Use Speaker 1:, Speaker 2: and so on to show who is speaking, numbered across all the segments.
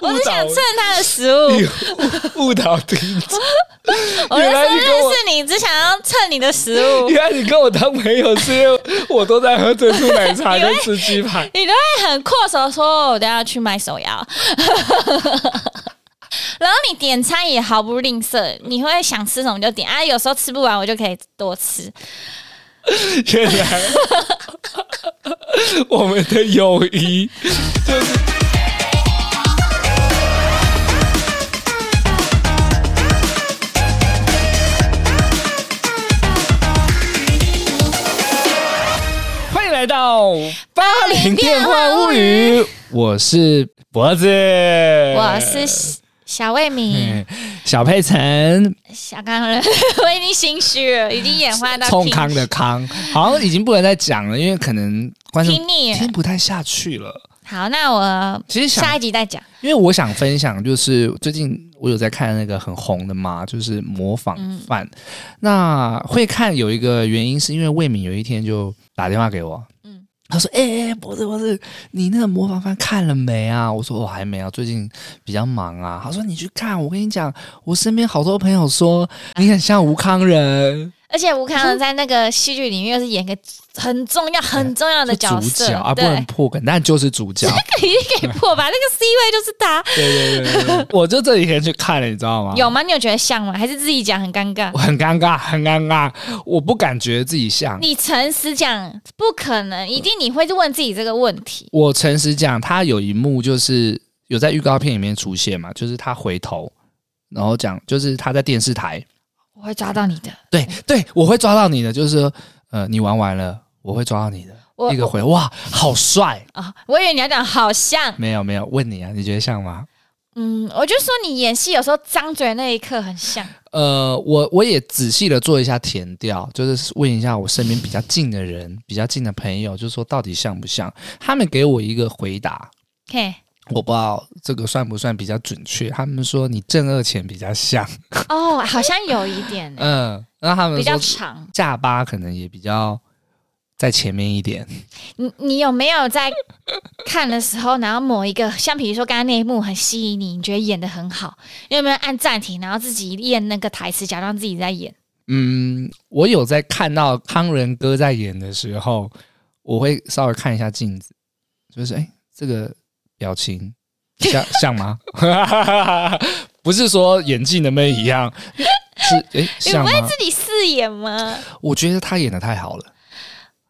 Speaker 1: 我
Speaker 2: 误
Speaker 1: 只想
Speaker 2: 导
Speaker 1: 蹭他的食物，
Speaker 2: 误导听众，
Speaker 1: 我
Speaker 2: 原
Speaker 1: 就说
Speaker 2: 来你跟
Speaker 1: 认
Speaker 2: 我
Speaker 1: 识你，只想要蹭你的食物，
Speaker 2: 原来你跟我当朋友是因为我都在喝珍珠奶茶跟吃鸡排，
Speaker 1: 你都会很阔手说，我等下去买手摇。 然后你点餐也毫不吝啬，你会想吃什么就点啊。有时候吃不完，我就可以多吃。
Speaker 2: 原来 我们的友谊就是。欢迎来到《八零电幻物语》，我是脖子，
Speaker 1: 我
Speaker 2: 我
Speaker 1: 是小魏米，
Speaker 2: 小佩岑，
Speaker 1: 小康人， 我已经心虚了，已经演化到
Speaker 2: 冲康的康，好像已经不能再讲了，因为可能观众
Speaker 1: 听腻了
Speaker 2: 听不太下去了。
Speaker 1: 好，那我
Speaker 2: 其实
Speaker 1: 下
Speaker 2: 想，
Speaker 1: 一集再讲。
Speaker 2: 因为我想分享，就是最近我有在看那个很红的嘛，就是模仿犯。那会看有一个原因，是因为魏敏有一天就打电话给我，嗯
Speaker 1: 嗯，
Speaker 2: 他说：“哎、哎、博士博士，你那个模仿犯看了没啊？”我说：“我还没啊，最近比较忙啊。”他说：“你去看，我跟你讲，我身边好多朋友说你很像吴康仁。”
Speaker 1: 而且
Speaker 2: 嗯
Speaker 1: 吴康仁在那个戏剧里面又是演个很重要、很重要的
Speaker 2: 是
Speaker 1: 角
Speaker 2: 主
Speaker 1: 色，
Speaker 2: 角啊，不
Speaker 1: 对，
Speaker 2: 能破梗，但就是主 角。
Speaker 1: 已经给破吧，那个 C 位就是他。
Speaker 2: 对对对对对， 我就这几天去看了，你知道吗？
Speaker 1: 有吗？你有觉得像吗？还是自己讲很尴尬
Speaker 2: 我？很尴尬，很尴尬，我不感觉自己像。
Speaker 1: 你诚实讲，不可能，一定你会问自己这个问题。
Speaker 2: 我诚实讲，他有一幕就是有在预告片里面出现嘛，就是他回头，然后讲，就是他在电视台，
Speaker 1: 我会抓到你的，
Speaker 2: 对对，我会抓到你的，就是说，呃，你玩完了，我会抓到你的。
Speaker 1: 我
Speaker 2: 一个回哇，好帅！
Speaker 1: 啊、我以为你要讲好像，
Speaker 2: 没有没有，问你啊，你觉得像吗？
Speaker 1: 嗯，我就说你演戏有时候张嘴的那一刻很像，
Speaker 2: 呃，我我也仔细的做一下填调，就是问一下我身边比较近的人、比较近的朋友，就说到底像不像？他们给我一个回答，
Speaker 1: 嘿，
Speaker 2: 我不知道这个算不算比较准确。他们说你正二前比较像，
Speaker 1: 哦，好像有一 点欸、
Speaker 2: 嗯，然后他们
Speaker 1: 比较
Speaker 2: 说
Speaker 1: 长。
Speaker 2: 下巴可能也比较在前面一点。
Speaker 1: 你你有没有在看的时候，然后某一个，像比如说刚刚那一幕很吸引你，你觉得演的很好，你有没有按暂停，然后自己练那个台词，假装自己在演？
Speaker 2: 嗯，我有在看到康仁哥在演的时候，我会稍微看一下镜子，就是哎、诶这个表情像像吗？ 不是说演技能不能一样，是哎、诶
Speaker 1: 你
Speaker 2: 像
Speaker 1: 不会
Speaker 2: 吗？
Speaker 1: 自己饰演吗？
Speaker 2: 我觉得他演的太好了，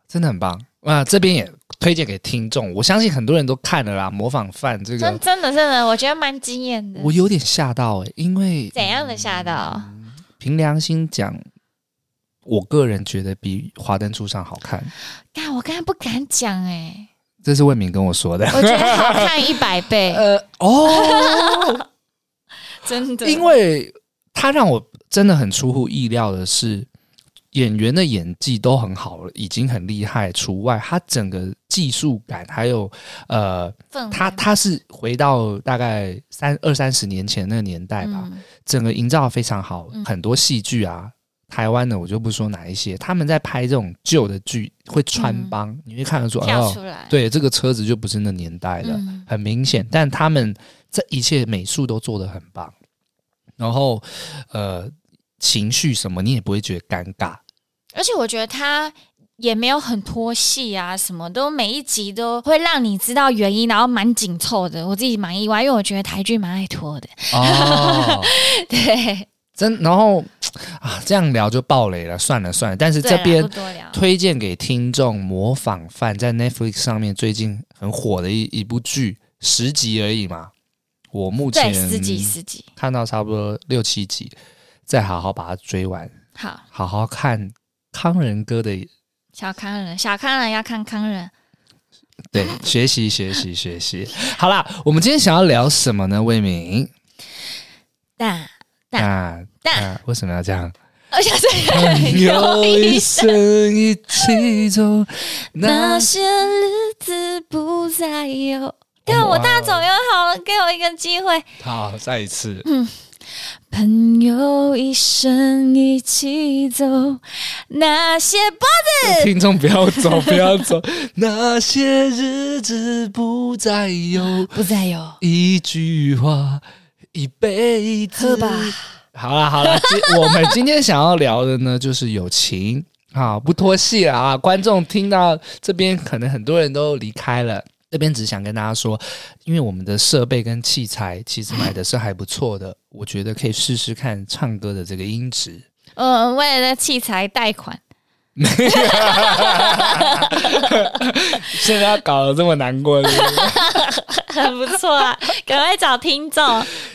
Speaker 2: 真的很棒。啊、这边也推荐给听众，我相信很多人都看了啦，《模仿犯》这
Speaker 1: 真
Speaker 2: 个，
Speaker 1: 真的真的，我觉得蛮惊艳的。
Speaker 2: 我有点吓到哎、诶因为
Speaker 1: 怎样的吓到？
Speaker 2: 凭良心讲，我个人觉得比《华灯初上》好看。
Speaker 1: 但我刚刚不敢 讲哎、
Speaker 2: 这是魏敏跟我说 的。
Speaker 1: 我觉得好看一百倍，
Speaker 2: 呃， 哦，
Speaker 1: 真的。
Speaker 2: 因为他让我真的很出乎意料的是，演员的演技都很好了，已经很厉害除外，他整个技术感还有呃，
Speaker 1: 氛围
Speaker 2: 他他是回到大概三二三十年前那个年代吧，
Speaker 1: 嗯
Speaker 2: 整个营造得非常好，
Speaker 1: 嗯
Speaker 2: 很多戏剧啊。台湾的我就不说哪一些，他们在拍这种旧的剧会穿
Speaker 1: 嗯
Speaker 2: 帮，你会看得出
Speaker 1: 跳
Speaker 2: 哦，
Speaker 1: 出来，
Speaker 2: 对，这个车子就不是那年代了。
Speaker 1: 嗯，
Speaker 2: 很明显，但他们这一切美术都做得很棒，然后呃情绪什么你也不会觉得尴 尬，
Speaker 1: 而且我觉得他。也没有很拖戏啊，什么都每一集都会让你知道原因，然后蛮紧凑的。我自己蛮意外，因为我觉得台剧蛮爱拖的。
Speaker 2: 哦，
Speaker 1: 对，
Speaker 2: 真然后啊这样聊就爆雷了，算了算了，但是
Speaker 1: 对啊
Speaker 2: 这
Speaker 1: 啦
Speaker 2: 边
Speaker 1: 不多聊。
Speaker 2: 推荐给听众《模仿犯》在 Netflix 上面最近很火的一一部剧，十集而已嘛，我目
Speaker 1: 对，
Speaker 2: 前
Speaker 1: 十集十集，
Speaker 2: 看到差不多六七集，再好好把它追完，
Speaker 1: 好，
Speaker 2: 好好看康仁哥的
Speaker 1: 小康人，小康人要看康人。
Speaker 2: 对，学习学习学习。好啦，我们今天想要聊什么呢？魏明，
Speaker 1: 但
Speaker 2: 那
Speaker 1: 蛋
Speaker 2: 啊
Speaker 1: 蛋
Speaker 2: 啊为什么要这 样？
Speaker 1: 而且是
Speaker 2: 友一生一起走，
Speaker 1: 那
Speaker 2: 那
Speaker 1: 些日子不再啊有。但我大总又好了，给我一个机会。
Speaker 2: 好，再一次。
Speaker 1: 朋友一生一起走，那些不
Speaker 2: 听众不要走，不要走， 那些日子不再有，
Speaker 1: 不再有，
Speaker 2: 一句话，一辈子。
Speaker 1: 喝吧。
Speaker 2: 好啦好啦，今我们今天想要聊的呢，就是友情啊，不拖戏了啊。观众听到这边，可能很多人都离开了。这边只想跟大家说，因为我们的设备跟器材其实买的是还不错的，我觉得可以试试看唱歌的这个音 质。
Speaker 1: 嗯，为了器材贷款，
Speaker 2: 现在要搞得这么难过是不是
Speaker 1: 很不错 啊！赶快找听众，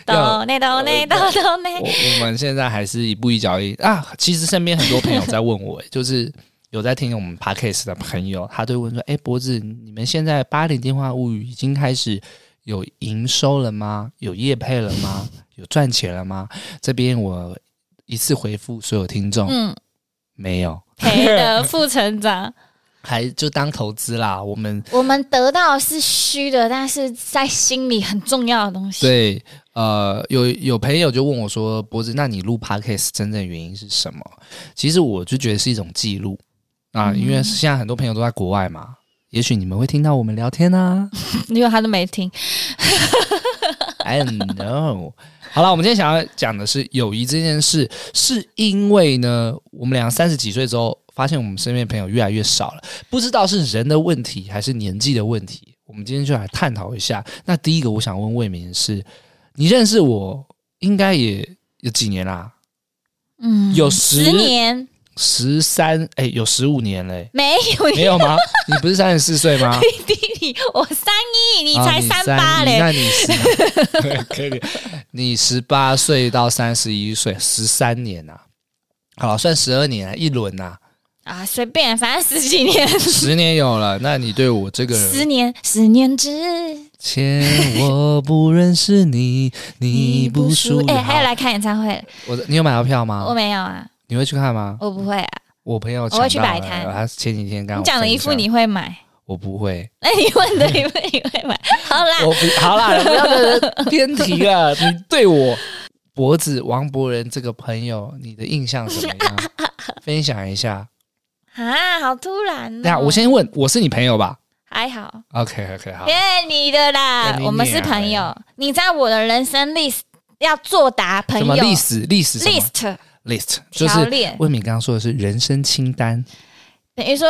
Speaker 2: 要
Speaker 1: 懂内懂内懂懂内
Speaker 2: 我，我们现在还是一步一脚印啊。其实身边很多朋友在问我，欸 就是有在听我们 podcast 的朋友，他都会问说：“哎、脖子，你们现在八点电话物语已经开始有营收了吗？有业配了吗？有赚钱了吗？”这边我一次回复所有听众，
Speaker 1: 嗯，
Speaker 2: 没有，
Speaker 1: 陪的副成长，
Speaker 2: 还就当投资啦。我们
Speaker 1: 我们得到的是虚的，但是在心里很重要的东西。
Speaker 2: 对，呃，有有朋友就问我说：“脖子，那你录 podcast 真正原因是什么？”其实我就觉得是一种记录啊，因为现在很多朋友都在国外嘛，也许你们会听到我们聊天啊。
Speaker 1: 因为他都没听，
Speaker 2: I don't know。好了，我们今天想要讲的是友谊这件事，是因为呢，我们俩三十几岁之后，发现我们身边的朋友越来越少了，不知道是人的问题还是年纪的问题。我们今天就来探讨一下。那第一个，我想问魏明是，你认识我应该也有几年啦？
Speaker 1: 嗯，
Speaker 2: 有十
Speaker 1: 十年
Speaker 2: 十三，哎，有十五年嘞、
Speaker 1: 没有
Speaker 2: 没有吗？你不是三十四岁吗？
Speaker 1: 弟弟，我三一，你
Speaker 2: 啊
Speaker 1: 才
Speaker 2: 你
Speaker 1: 三八
Speaker 2: 一
Speaker 1: 嘞，
Speaker 2: 那你 是可以，你十八岁到三十一岁，十三年呐、好了，算十二年啊一轮 呐、
Speaker 1: 啊，随便，反正十几年，
Speaker 2: 十年有了。那你 对我这个
Speaker 1: 十
Speaker 2: 人，
Speaker 1: 年，十年之
Speaker 2: 前我不认识 你，你不属于
Speaker 1: 哎、还有
Speaker 2: 好
Speaker 1: 来看演唱会，
Speaker 2: 我的，你有买到票
Speaker 1: 我
Speaker 2: 吗？
Speaker 1: 没有啊，
Speaker 2: 你会去看吗？
Speaker 1: 我不会啊。
Speaker 2: 我朋友
Speaker 1: 我会去
Speaker 2: 抢到
Speaker 1: 摆
Speaker 2: 了
Speaker 1: 摊
Speaker 2: 他前几天刚
Speaker 1: 你讲了一副你会买，
Speaker 2: 我不会，
Speaker 1: 那你问的一副你会 买，好啦，
Speaker 2: 我不好啦，不要 再偏题了。你对我脖子王博仁这个朋友，你的印象怎么样？ 分享一下。
Speaker 1: 啊，好突然、哦。
Speaker 2: 那我先问，我是你朋友吧
Speaker 1: 还好，
Speaker 2: ？OK OK 好
Speaker 1: 耶、，你的啦
Speaker 2: 干你，哎
Speaker 1: 我们是
Speaker 2: 娘
Speaker 1: 朋
Speaker 2: 嘞
Speaker 1: 友。你在我的人生 list 要作答朋
Speaker 2: 什么
Speaker 1: 友
Speaker 2: 历史历史什么
Speaker 1: list
Speaker 2: list 就
Speaker 1: 条
Speaker 2: 是
Speaker 1: 列，
Speaker 2: 魏敏刚刚说的是人生清单，
Speaker 1: 等于说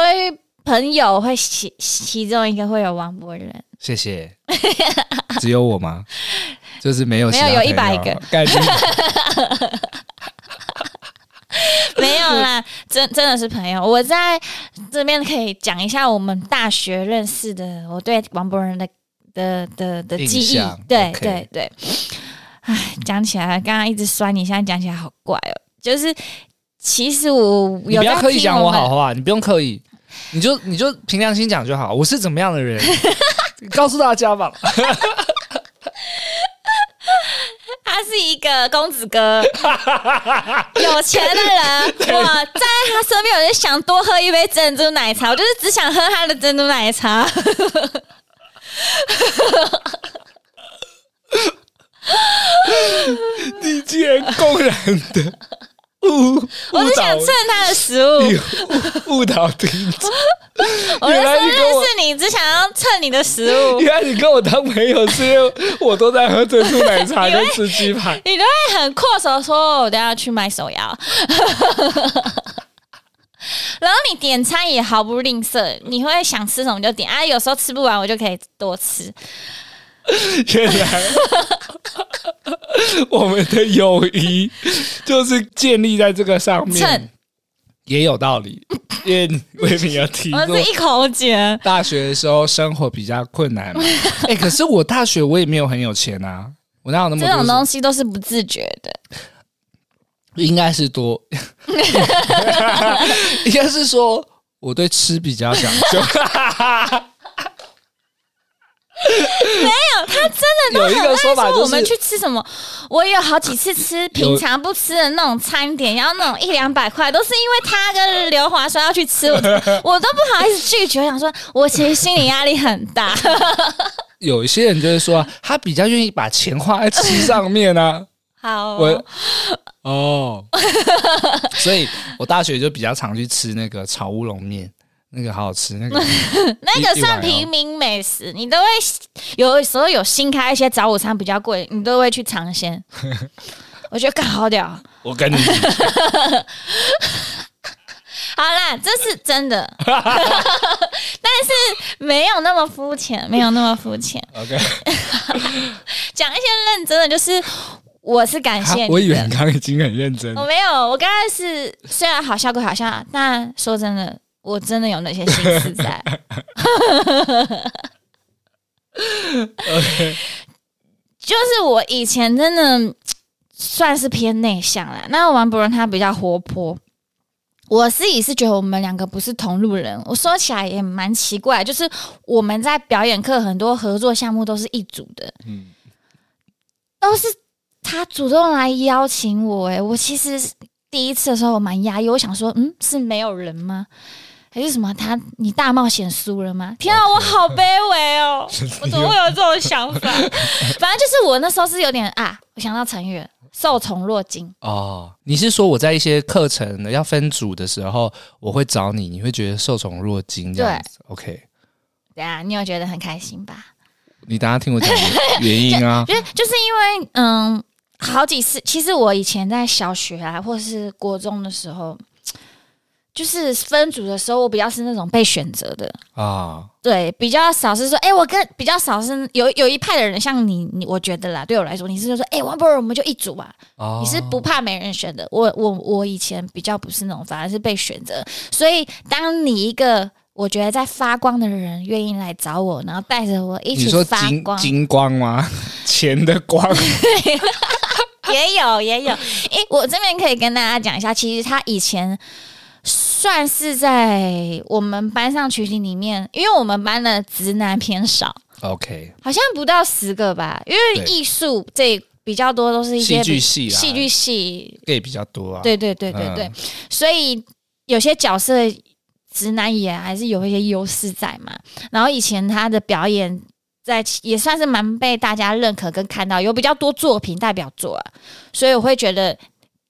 Speaker 1: 朋友会其其中一个会有王博仁，
Speaker 2: 谢 谢。只有我吗？就是没有
Speaker 1: 没
Speaker 2: 其
Speaker 1: 有
Speaker 2: 他朋友，
Speaker 1: 有100个
Speaker 2: 感觉
Speaker 1: 没有啦，真真的是朋友。我在这边可以讲一下我们大学认识的，我对王博仁的的的的
Speaker 2: 印
Speaker 1: 记忆
Speaker 2: 象。
Speaker 1: 对
Speaker 2: OK
Speaker 1: 对对，唉，讲起来刚刚一直酸你，现在讲起来好怪哦。就是其实我
Speaker 2: 你
Speaker 1: 有
Speaker 2: 不要
Speaker 1: 在
Speaker 2: 刻意
Speaker 1: 听
Speaker 2: 讲我
Speaker 1: 我
Speaker 2: 好
Speaker 1: 们，
Speaker 2: 话，你不用刻意，你就你就凭良心讲就好。我是怎么样的 人，告诉大家吧。
Speaker 1: 他是一个公子 哥，有钱的人。我站在他身边，我就想多喝一杯珍珠奶茶，我就是只想喝他的珍珠奶茶。
Speaker 2: 你竟然公然的误误
Speaker 1: 我只
Speaker 2: 导
Speaker 1: 想蹭他的食物。
Speaker 2: 误误导听众，
Speaker 1: 我那时候认识你，只想要蹭你的食物，
Speaker 2: 原来你跟我当朋友是因为我都在喝珍珠奶茶
Speaker 1: 以为
Speaker 2: 跟吃鸡排，
Speaker 1: 你都会很阔手说：“我等下去买手摇。” 然后你点餐也毫不吝啬，你会想吃什么就点啊。有时候吃不完，我就可以多吃。
Speaker 2: 原来我们的友谊就是建立在这个上
Speaker 1: 蹭
Speaker 2: 面，也有道理。因为你魏明有提
Speaker 1: 我
Speaker 2: 过
Speaker 1: 是，一口解，
Speaker 2: 大学的时候生活比较困难 嘛。哎、可是我大学我也没有很有钱啊，我哪有那么
Speaker 1: 这
Speaker 2: 多
Speaker 1: 种
Speaker 2: 钱
Speaker 1: 东西都是不自觉 的。
Speaker 2: 应该是多， 应该是说我对吃比较讲究。
Speaker 1: 哦
Speaker 2: 没有，他真的有一个说法
Speaker 1: 但是
Speaker 2: 就
Speaker 1: 我们
Speaker 2: 是
Speaker 1: 去吃什么，我有好几次吃平常不吃的那种餐点，然后那种一两百块，都是因为他跟刘华说要去吃，我我都不好意思拒绝，我想说我其实心理压力很 大。
Speaker 2: 有一些人就会说啊，他比较愿意把钱花在吃上面啊。
Speaker 1: 好哦
Speaker 2: 我，哦，所以我大学就比较常去吃那个炒乌龙面，那个好好吃，那 个
Speaker 1: 那个算
Speaker 2: 一碗哦
Speaker 1: 平民美食，你都会有时候有新开一些早午餐比较贵，你都会去尝鲜。 我觉得干好屌，好
Speaker 2: 我跟你
Speaker 1: 啦，这是真的， 但是没有那么肤浅，没有那么肤浅，
Speaker 2: OK，
Speaker 1: 讲一些认真的，就是我是感谢
Speaker 2: 啊
Speaker 1: 你哦的，
Speaker 2: 我以为你刚刚已经很认真
Speaker 1: 我，没有，我刚开始虽然好笑归好笑，但说真的，我真的有那些心思 在。 就是我以前真的算是偏内向啦，那王博仁他比较活泼。我自己是觉得我们两个不是同路人，我说起来也蛮奇怪，就是我们在表演课很多合作项目都是一组的，
Speaker 2: 嗯，
Speaker 1: 都是他主动来邀请我、欸，我其实第一次的时候我蛮压抑，我想说，嗯，是没有人吗？还是什么？他你大冒险输了吗？天啊，我好卑微哦！我怎么会有这种想法？反正就是我那时候是有点啊，我想到成语了受宠若惊。
Speaker 2: 哦，你是说我在一些课程要分组的时候，我会找你，你会觉得受宠若惊这样子？OK，
Speaker 1: 对啊，你有觉得很开心吧？
Speaker 2: 你等一下听我讲原因 啊，
Speaker 1: 就是就是因为嗯，好几次，其实我以前在小学啊，或是国中的时候，就是分组的时候，我比较是那种被选择的，
Speaker 2: 啊，
Speaker 1: 对，比较少是说，哎、我跟比较少是有有一派的人，像你，你我觉得啦，对我来说，你是就说，哎、王博仁，我们就一组吧，
Speaker 2: 哦，
Speaker 1: 你是不怕没人选的。我我我以前比较不是那种，反而是被选择。所以，当你一个我觉得在发光的人愿意来找我，然后带着我一
Speaker 2: 你
Speaker 1: 起
Speaker 2: 说
Speaker 1: 发
Speaker 2: 金
Speaker 1: 光，
Speaker 2: 金光吗？ 钱的光
Speaker 1: 也有也有。诶、我这边可以跟大家讲一下，其实他以前算是在我们班上群体里面，因为我们班的直男偏少。
Speaker 2: ，OK，
Speaker 1: 好像不到十个吧，因为
Speaker 2: 对
Speaker 1: 艺术这比较多都是一些
Speaker 2: 戏剧
Speaker 1: 比
Speaker 2: 系啦，
Speaker 1: 戏剧系，
Speaker 2: gay 比较多啊，
Speaker 1: 对对对对对，
Speaker 2: 嗯
Speaker 1: 所以有些角色直男也还是有一些优势在嘛。然后以前他的表演在也算是蛮被大家认可跟看到，有比较多作品代表作啊，所以我会觉得。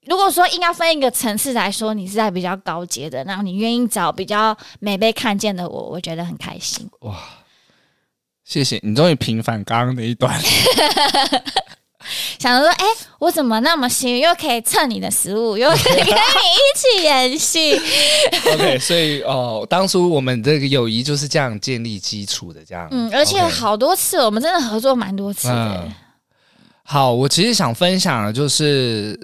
Speaker 1: 如果说应该分一个层次来说，你是在比较高阶的，然后你愿意找比较没被看见的我，我觉得很开心。
Speaker 2: 谢谢你终于平反刚刚那一 段，
Speaker 1: 想着说，哎、我怎么那么幸运，又可以蹭你的食物，又可以跟你一起演戏，
Speaker 2: OK，所以哦，当初我们这个友谊就是这样建立基础的，这样。
Speaker 1: 嗯，而且
Speaker 2: OK
Speaker 1: 好多次，我们真的合作蛮多次的
Speaker 2: 嗯，，好，我其实想分享的就是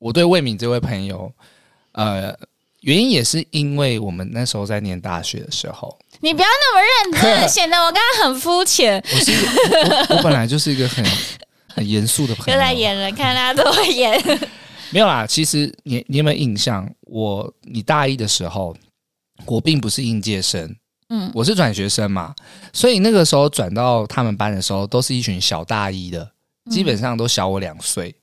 Speaker 2: 我对魏敏这位朋友，呃，原因也是因为我们那时候在念大学的时候，
Speaker 1: 你不要那么认真，显得我刚刚很肤浅，
Speaker 2: 我是一个我我本来就是一个很 很严肃的朋
Speaker 1: 又
Speaker 2: 友，
Speaker 1: 在演了，看大家都会演，
Speaker 2: 没有啦，其实你你有没有印象？我你大一的时候，我并不是应届生，
Speaker 1: 嗯
Speaker 2: 嗯，我是转学生嘛，所以那个时候转到他们班的时候，都是一群小大一的，基本上都小我两岁。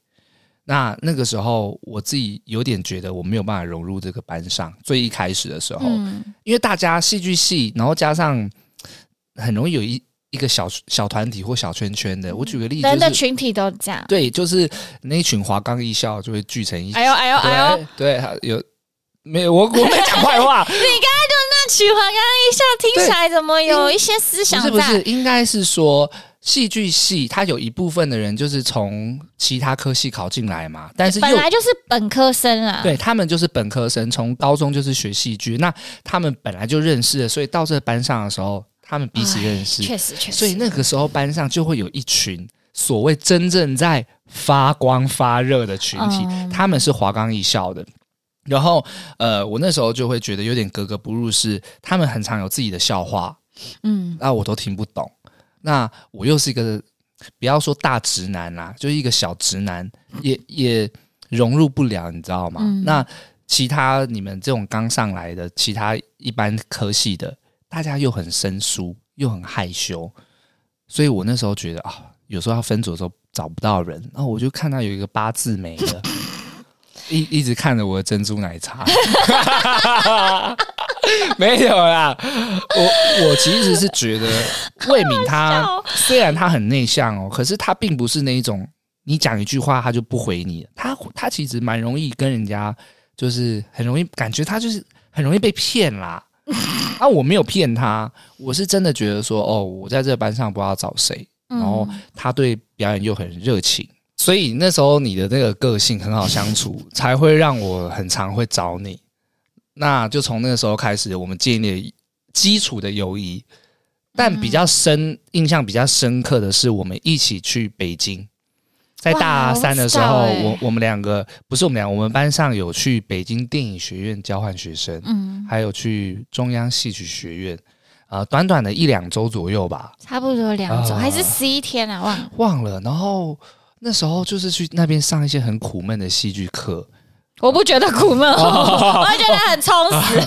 Speaker 2: 那那个时候，我自己有点觉得我没有办法融入这个班上。最一开始的时候，
Speaker 1: 嗯，
Speaker 2: 因为大家戏剧系，然后加上很容易有一一个小小团体或小圈圈的。我举个例子、
Speaker 1: 人
Speaker 2: 就
Speaker 1: 的
Speaker 2: 是，
Speaker 1: 群体都这样。
Speaker 2: 对，就是那一群华冈艺校就会聚成一
Speaker 1: 哎呦哎呦哎呦！
Speaker 2: 对对，还有没有我我没讲坏 话，
Speaker 1: 那曲华刚刚一下听起来怎么有一些思
Speaker 2: 不
Speaker 1: 想
Speaker 2: 是不
Speaker 1: 在
Speaker 2: 是，？应该是说戏剧系它有一部分的人就是从其他科系考进来嘛，但是
Speaker 1: 哎本
Speaker 2: 又
Speaker 1: 来就是本科生啊啦，
Speaker 2: 对他们就是本科生，从高中就是学戏剧，那他们本来就认识了，所以到这班上的时候，他们彼此
Speaker 1: 哎
Speaker 2: 认识，
Speaker 1: 确实确实。
Speaker 2: 所以那个时候班上就会有一群所谓真正在发光发热的群体，
Speaker 1: 嗯
Speaker 2: 他们是华冈艺校的。然后，呃，我那时候就会觉得有点格格不入是，他们很常有自己的笑话，
Speaker 1: 嗯，
Speaker 2: 那我都听不懂。那我又是一个不要说大直男啦，就是一个小直男，也也融入不了，你知道吗？
Speaker 1: 嗯
Speaker 2: 那其他你们这种刚上来的，其他一般科系的，大家又很生疏，又很害羞，所以我那时候觉得啊，有时候要分组的时候找不到人，然后我就看到有一个八字眉 的。一一直看着我的珍珠奶茶， 没有啦，我我其实是 觉得魏敏她
Speaker 1: 好
Speaker 2: 虽然她很内向哦，可是她并不是那一种你讲一句话，他就不回你了。他他其实蛮容易跟人家，就是很容易感觉他就是很容易被骗 啦。啊，我没有骗他，我是真的觉得说，哦，我在这个班上不知道找谁，
Speaker 1: 嗯
Speaker 2: 然后他对表演又很热情，所以那时候你的那个个性很好相处，才会让我很常会找你。那就从那个时候开始，我们建立了基础的友谊。但比较
Speaker 1: 嗯
Speaker 2: 深、印象比较深刻的是，我们一起去北京，在
Speaker 1: 哇
Speaker 2: 大三的时候，
Speaker 1: 我不知道欸
Speaker 2: 我我们两个不是我们俩，我们班上有去北京电影学院交换学生，
Speaker 1: 嗯，
Speaker 2: 还有去中央戏曲学院，呃，短短的一两周左右吧，
Speaker 1: 差不多两周、
Speaker 2: 啊
Speaker 1: 还是十一天啊，忘了。
Speaker 2: 忘了。然后那时候就是去那边上一些很苦闷的戏剧课，
Speaker 1: 我不觉得苦闷，
Speaker 2: 哦
Speaker 1: 我觉得很充
Speaker 2: 啊
Speaker 1: 实。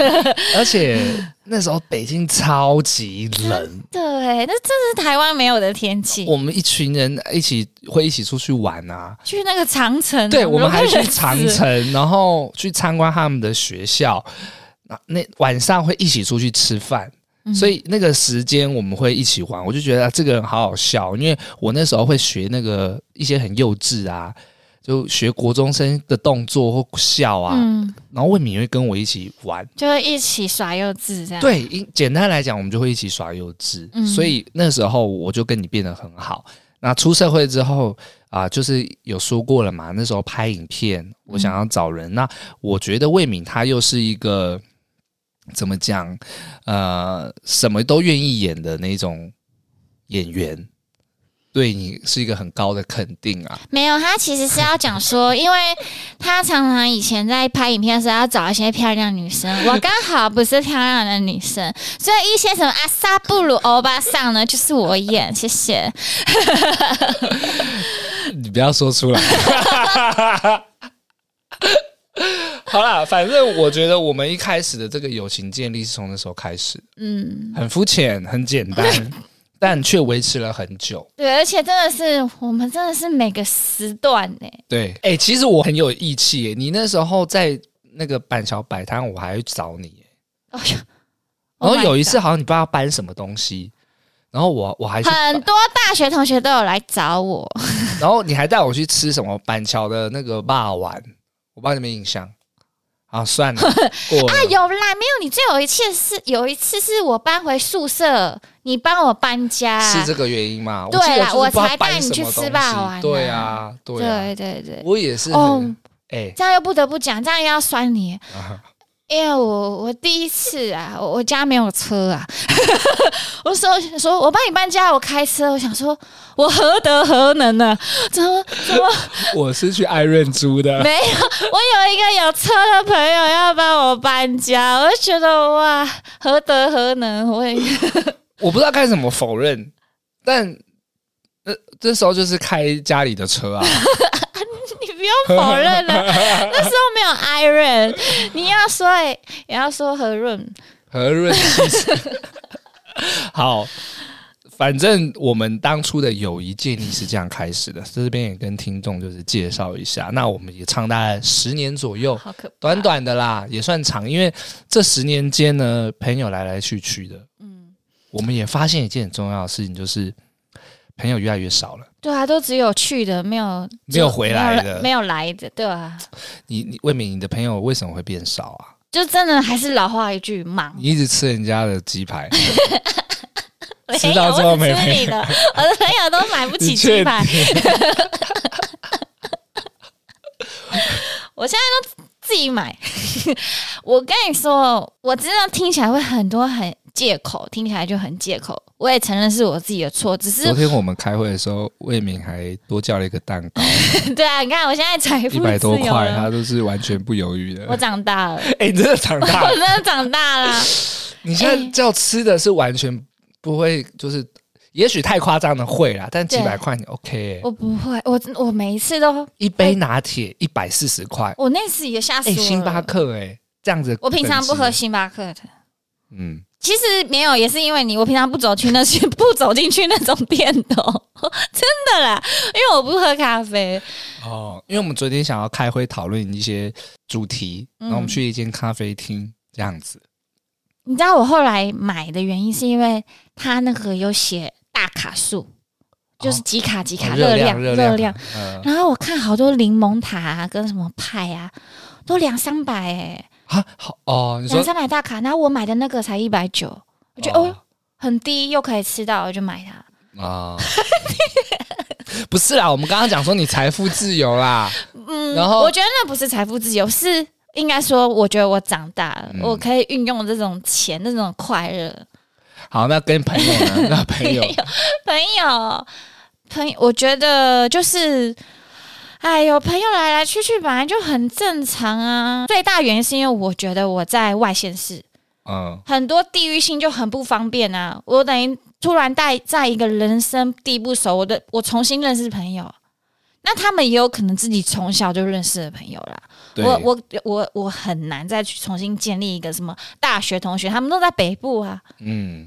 Speaker 2: 而且那时候北京超级冷，
Speaker 1: 对，那这是台湾没有的天气。
Speaker 2: 我们一群人一起会一起出去玩啊。
Speaker 1: 去那个长城，啊
Speaker 2: 对，我们还去
Speaker 1: 冷死
Speaker 2: 长城，然后去参观他们的学校。那那晚上会一起出去吃饭，
Speaker 1: 嗯
Speaker 2: 所以那个时间我们会一起玩。我就觉得、啊这个人好好笑，因为我那时候会学那个一些很幼稚啊，就学国中生的动作或笑啊。
Speaker 1: 嗯，
Speaker 2: 然后魏敏会跟我一起玩。
Speaker 1: 就会一起耍幼稚这样。，
Speaker 2: 对，因简单来讲，我们就会一起耍幼稚，
Speaker 1: 嗯
Speaker 2: 所以那时候我就跟你变得很好。那出社会之后啊、就是有说过了嘛，那时候拍影片，我想要找人。那我觉得魏敏她又是一个怎么讲，呃，什么都愿意演的那种演员，对你是一个很高的肯定啊。
Speaker 1: 没有，他其实是要讲说，因为他常常以前在拍影片的时候要找一些漂亮女生，我刚好不是漂亮的女生，所以一些什么阿萨布鲁欧巴桑呢，就是我演，谢谢。
Speaker 2: 你不要说出来。 好啦，反正我觉得我们一开始的这个友情建立是从那时候开始，
Speaker 1: 嗯，
Speaker 2: 很肤浅，很简 单，但却维持了很久。
Speaker 1: 对，而且真的是我们真的是每个时段呢、
Speaker 2: 对，哎、其实我很有义气耶。你那时候在那个板桥摆摊，我还去找你耶。
Speaker 1: 哎呦
Speaker 2: 然
Speaker 1: Oh
Speaker 2: 后
Speaker 1: my
Speaker 2: 哦有一次好像你不知道搬什么东西，然后我我还
Speaker 1: God，
Speaker 2: 去，
Speaker 1: 很多大学同学都有来找我，
Speaker 2: 然后你还带我去吃什么板桥的那个霸丸，我不知道你有没有印象。啊， 算了，过了。
Speaker 1: 有啦，没有。你最有一次是有一次是我搬回宿舍，你帮我搬家，
Speaker 2: 是这个原因嘛？
Speaker 1: 啊对
Speaker 2: 我记得
Speaker 1: 啦
Speaker 2: 就是不知道
Speaker 1: 我才带
Speaker 2: 搬
Speaker 1: 你
Speaker 2: 什
Speaker 1: 去
Speaker 2: 么
Speaker 1: 吃
Speaker 2: 东
Speaker 1: 霸
Speaker 2: 西
Speaker 1: 王啊
Speaker 2: 对啊，对啊，
Speaker 1: 对对对，
Speaker 2: 我也是
Speaker 1: 哦
Speaker 2: 很哎，
Speaker 1: 这样又不得不讲，这样又要酸你。
Speaker 2: 啊
Speaker 1: 因为我我第一次啊，我我家没有车啊， 我说说我帮你搬家，我开车，我想说我何德何能呢、怎么怎么
Speaker 2: 我是去爱润珠的，
Speaker 1: 没有？我有一个有车的朋友要帮我搬家，我就觉得哇，何德何能？我也
Speaker 2: 我不知道该怎么否认，但。呃，这时候就是开家里的车 啊，
Speaker 1: 你不用否 认了，那时候没有 i r o n 你要说也要说何润，
Speaker 2: 和润其 实好，反正我们当初的友谊建立是这样开始的，这边也跟听众就是介绍一下。那我们也唱大概十年左右，
Speaker 1: 好可怕，
Speaker 2: 短短的啦，也算长，因为这十年间呢，朋友来来去去的，
Speaker 1: 嗯，
Speaker 2: 我们也发现一件很重要的事情，就是朋友越来越少了。
Speaker 1: 对啊，都只有去的，没有
Speaker 2: 没有回来的
Speaker 1: 没有没有来的，对啊，
Speaker 2: 你你魏敏，你的朋友为什么会变少啊？
Speaker 1: 就真的还是老话一句，忙
Speaker 2: 你。一直吃人家的鸡 排，
Speaker 1: 没有
Speaker 2: 吃到最后没
Speaker 1: 我只吃你的，我的朋友都买不起鸡排。 我现在都自己买。 我跟你说，我知道听起来会很多很借口，听起来就很借口。我也承认是我自己的错，只是
Speaker 2: 昨天我们开会的时候，魏敏还多叫了一个蛋糕，
Speaker 1: 对啊，你看我现在财
Speaker 2: 一
Speaker 1: 富
Speaker 2: 百多
Speaker 1: 自由
Speaker 2: 块，他
Speaker 1: 了，
Speaker 2: 都是完全不犹豫的
Speaker 1: 我。长大了，
Speaker 2: 哎、你真的长大
Speaker 1: 我
Speaker 2: 了，
Speaker 1: 真的长大 了。
Speaker 2: 你现在叫吃的是完全不会，就是也许太夸张的会啦，但几百块你 OK，欸、
Speaker 1: 我不会，我我每一次都，
Speaker 2: 一杯拿铁一百四十块，
Speaker 1: 我那次也吓死
Speaker 2: 哎、
Speaker 1: 我了。
Speaker 2: 星巴，克哎、这样子，
Speaker 1: 我平常不喝，星巴克的。
Speaker 2: 嗯，
Speaker 1: 其实没有，也是因为你，我平常不走去那些 不走进去那种店的哦、 真的啦，因为我不喝咖啡。
Speaker 2: 哦，因为我们昨天想要开会讨论一些主题，然
Speaker 1: 嗯
Speaker 2: 后我们去一间咖啡厅这样子，
Speaker 1: 你知道我后来买的原因是因为它那个有写大卡数，就是几卡几卡
Speaker 2: 哦
Speaker 1: 热
Speaker 2: 量
Speaker 1: 热
Speaker 2: 量
Speaker 1: 量。，
Speaker 2: 嗯
Speaker 1: 然后我看好多柠檬塔啊，跟什么派啊，都两三百哎，
Speaker 2: 啊好哦，你说
Speaker 1: 两三百大卡。然后我买的那个才一百九，我觉得哦很低，又可以吃到，我就买它。
Speaker 2: 啊。不是啦，我们刚刚讲说你财富自由 啦，
Speaker 1: 嗯，
Speaker 2: 然后
Speaker 1: 我觉得那不是财富自由，是应该说，我觉得我长大了，
Speaker 2: 嗯
Speaker 1: 我可以运用这种钱那种快乐。
Speaker 2: 好，那跟朋友呢？那朋 友，
Speaker 1: 朋友，朋友，我觉得就是。哎呦，朋友来来去去本来就很正常啊。最大原因是因为我觉得我在外县市，
Speaker 2: 嗯，
Speaker 1: 很多地域性就很不方便啊。我等于突然在在一个人生地不熟，我的我重新认识朋友，那他们也有可能自己从小就认识的朋友啦。
Speaker 2: 对，
Speaker 1: 我我我我很难再去重新建立一个什么大学同学，他们都在北部啊。
Speaker 2: 嗯，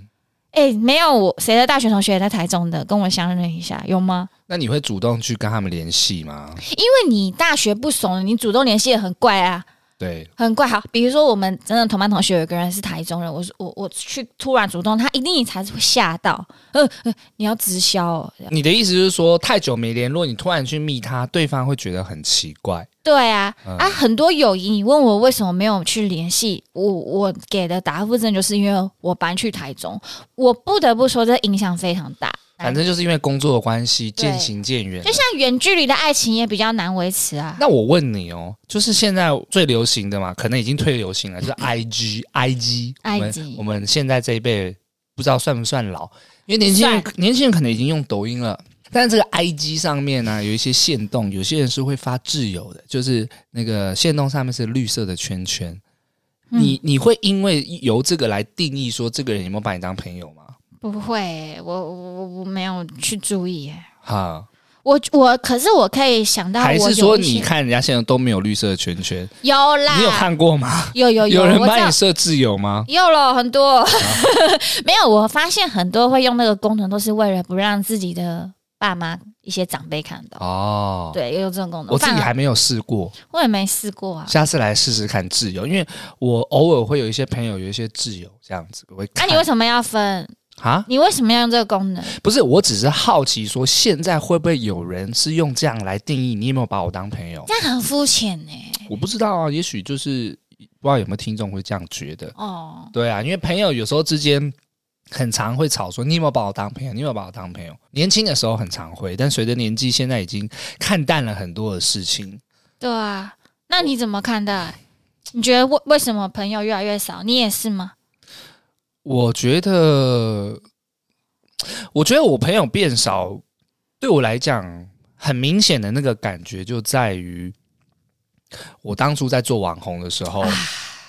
Speaker 1: 诶，没有我谁的大学同学也在台中的，跟我相认一下有吗？
Speaker 2: 那你会主动去跟他们联系吗？
Speaker 1: 因为你大学不熟，你主动联系也很怪啊。
Speaker 2: 对，
Speaker 1: 很怪。好，比如说我们真的同班同学有一个人是台中人，我是我我去突然主动，他一定你才是会吓到。呃呃，你要直销、哦，
Speaker 2: 你的意思就是说，太久没联络，你突然去密他，对方会觉得很奇怪。
Speaker 1: 对啊、
Speaker 2: 嗯
Speaker 1: 啊，很多友谊，你问我为什么没有去联系，我我给的答复真的就是因为我搬去台中，我不得不说这影响非常大。
Speaker 2: 反正就是因为工作的关系，
Speaker 1: 对
Speaker 2: 渐行渐远
Speaker 1: 就。像远距离的爱情也比较难维持啊。
Speaker 2: 那我问你哦，就是现在最流行的嘛，可能已经退流行了，就是 I G I G，我们
Speaker 1: IG
Speaker 2: 我们现在这一辈不知道算不算老，因为年轻人年轻人可能已经用抖音了。但是这个 I G 上面呢、有一些限动，有些人是会发挚友的，就是那个限动上面是绿色的圈圈。
Speaker 1: 嗯
Speaker 2: 你你会因为由这个来定义说这个人有没有把你当朋友吗？
Speaker 1: 不会欸，我我我我没有去注意欸。
Speaker 2: 哈，
Speaker 1: 我我可是我可以想到我有
Speaker 2: 还
Speaker 1: 一些，
Speaker 2: 是说你看人家现在都没有绿色的圈圈，
Speaker 1: 有啦，
Speaker 2: 你有看过吗？
Speaker 1: 有有
Speaker 2: 有人
Speaker 1: 我知
Speaker 2: 帮
Speaker 1: 道
Speaker 2: 你设挚友吗？
Speaker 1: 有了很多， 没有。我发现很多会用那个功能，都是为了不让自己的爸妈一些长辈看到。
Speaker 2: 哦，
Speaker 1: 对，也有这种功能。
Speaker 2: 我自己
Speaker 1: 反而
Speaker 2: 还没有试过，
Speaker 1: 我也没试过啊。
Speaker 2: 下次来试试看挚友，因为我偶尔会有一些朋友有一些挚友这样子，我会
Speaker 1: 那、
Speaker 2: 看
Speaker 1: 啊你为什么要分？
Speaker 2: 啊，
Speaker 1: 你为什么要用这个功能？
Speaker 2: 不是，我只是好奇说现在会不会有人是用这样来定义你有没有把我当朋 友？
Speaker 1: 这样很肤浅欸呢。
Speaker 2: 我不知道啊，也许就是不知道有没有听众会这样觉得，
Speaker 1: 哦，
Speaker 2: 对啊，因为朋友有时候之间。很常会吵说你有没有把我当朋友？你有没有把我当朋友？年轻的时候很常会，但随着年纪，现在已经看淡了很多的事情。
Speaker 1: 对啊。那你怎么看待？你觉得为为什么朋友越来越少？你也是吗？
Speaker 2: 我觉得，我觉得我朋友变少，对我来讲，很明显的那个感觉就在于，我当初在做网红的时
Speaker 1: 啊
Speaker 2: 候，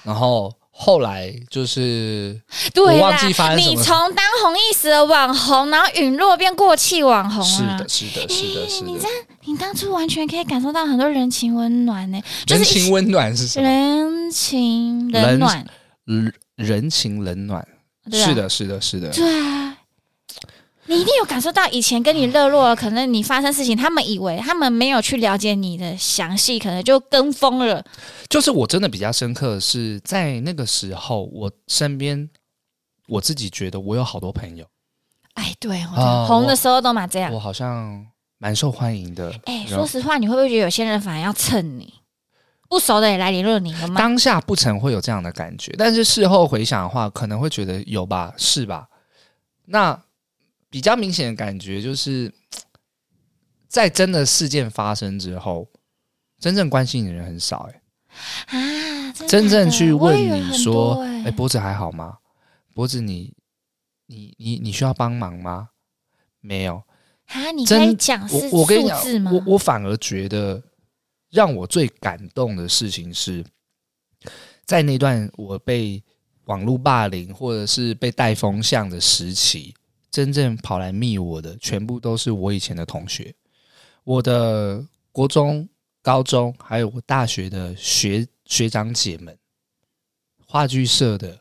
Speaker 2: 然后后来就是
Speaker 1: 对
Speaker 2: 我忘
Speaker 1: 啦
Speaker 2: 记发，生什
Speaker 1: 你
Speaker 2: 么
Speaker 1: 从当红一时的网红，然后陨落变过气网红啊。
Speaker 2: 是的，是的，是的，是
Speaker 1: 你
Speaker 2: 的
Speaker 1: 这，你当初完全可以感受到很多人情温暖呢、欸就
Speaker 2: 人
Speaker 1: 是一起
Speaker 2: 情温暖是什么？
Speaker 1: 人情
Speaker 2: 人
Speaker 1: 冷暖，
Speaker 2: 人人情冷暖，
Speaker 1: 对啊
Speaker 2: 是，的，是的，是的，
Speaker 1: 对啊。你一定有感受到以前跟你热络了，可能你发生事情，他们以为他们没有去了解你的详细，可能就跟风了。
Speaker 2: 就是我真的比较深刻的是在那个时候，我身边我自己觉得我有好多朋友。
Speaker 1: 哎，对哦，
Speaker 2: 啊
Speaker 1: 红的时候都嘛这样
Speaker 2: 我。好像蛮受欢迎的。
Speaker 1: 哎，
Speaker 2: 然后
Speaker 1: 说实话，你会不会觉得有些人反而要蹭你，不熟的也来联络你了吗？
Speaker 2: 当下不曾会有这样的感觉，但是事后回想的话，可能会觉得有吧，是吧？那比较明显的感觉就是，在真的事件发生之后，真正关心你的人很少、欸。
Speaker 1: 啊，真的
Speaker 2: 真正去问
Speaker 1: 我以为
Speaker 2: 你
Speaker 1: 很
Speaker 2: 说
Speaker 1: 多哎
Speaker 2: 哎、脖子还好吗？脖子你，你你你需要帮忙吗？没有，
Speaker 1: 啊，你
Speaker 2: 真
Speaker 1: 可以讲是
Speaker 2: 我我跟你
Speaker 1: 数
Speaker 2: 讲
Speaker 1: 字吗，？
Speaker 2: 我我反而觉得让我最感动的事情是，在那段我被网络霸凌或者是被带风向的时期，真正跑来密我的，全部都是我以前的同学，我的国中、高中，还有我大学的学学长姐们，话剧社的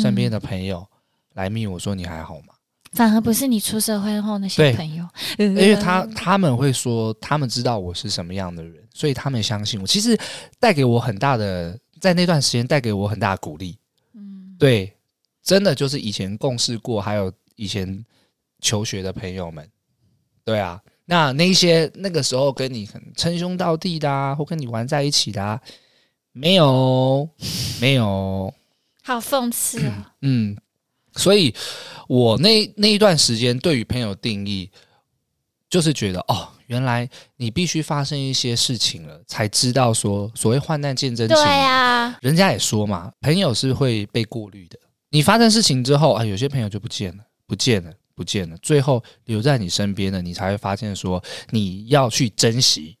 Speaker 2: 身边
Speaker 1: 的、
Speaker 2: 的朋友、来密我说你还好吗？
Speaker 1: 反而不是你出社会后那些
Speaker 2: 对
Speaker 1: 朋友，
Speaker 2: 因为他他们会说，他们知道我是什么样的人，所以他们相信我。其实带给我很大的，在那段时间带给我很大的鼓励。
Speaker 1: 嗯，
Speaker 2: 对，真的就是以前共事过，还有以前求学的朋友们，对啊，那那一些那个时候跟你可能称兄道弟的啊，或跟你玩在一起的啊，没有，没有，
Speaker 1: 好讽刺哦！
Speaker 2: 嗯，所以我那那一段时间对于朋友定义，就是觉得哦，原来你必须发生一些事情了，才知道说所谓患难见真情
Speaker 1: 对啊
Speaker 2: 嘛。
Speaker 1: 呀，
Speaker 2: 人家也说嘛，朋友是会被过滤的。你发生事情之后啊，有些朋友就不见了，不见了，不见了，最后留在你身边的，你才会发现说你要去珍惜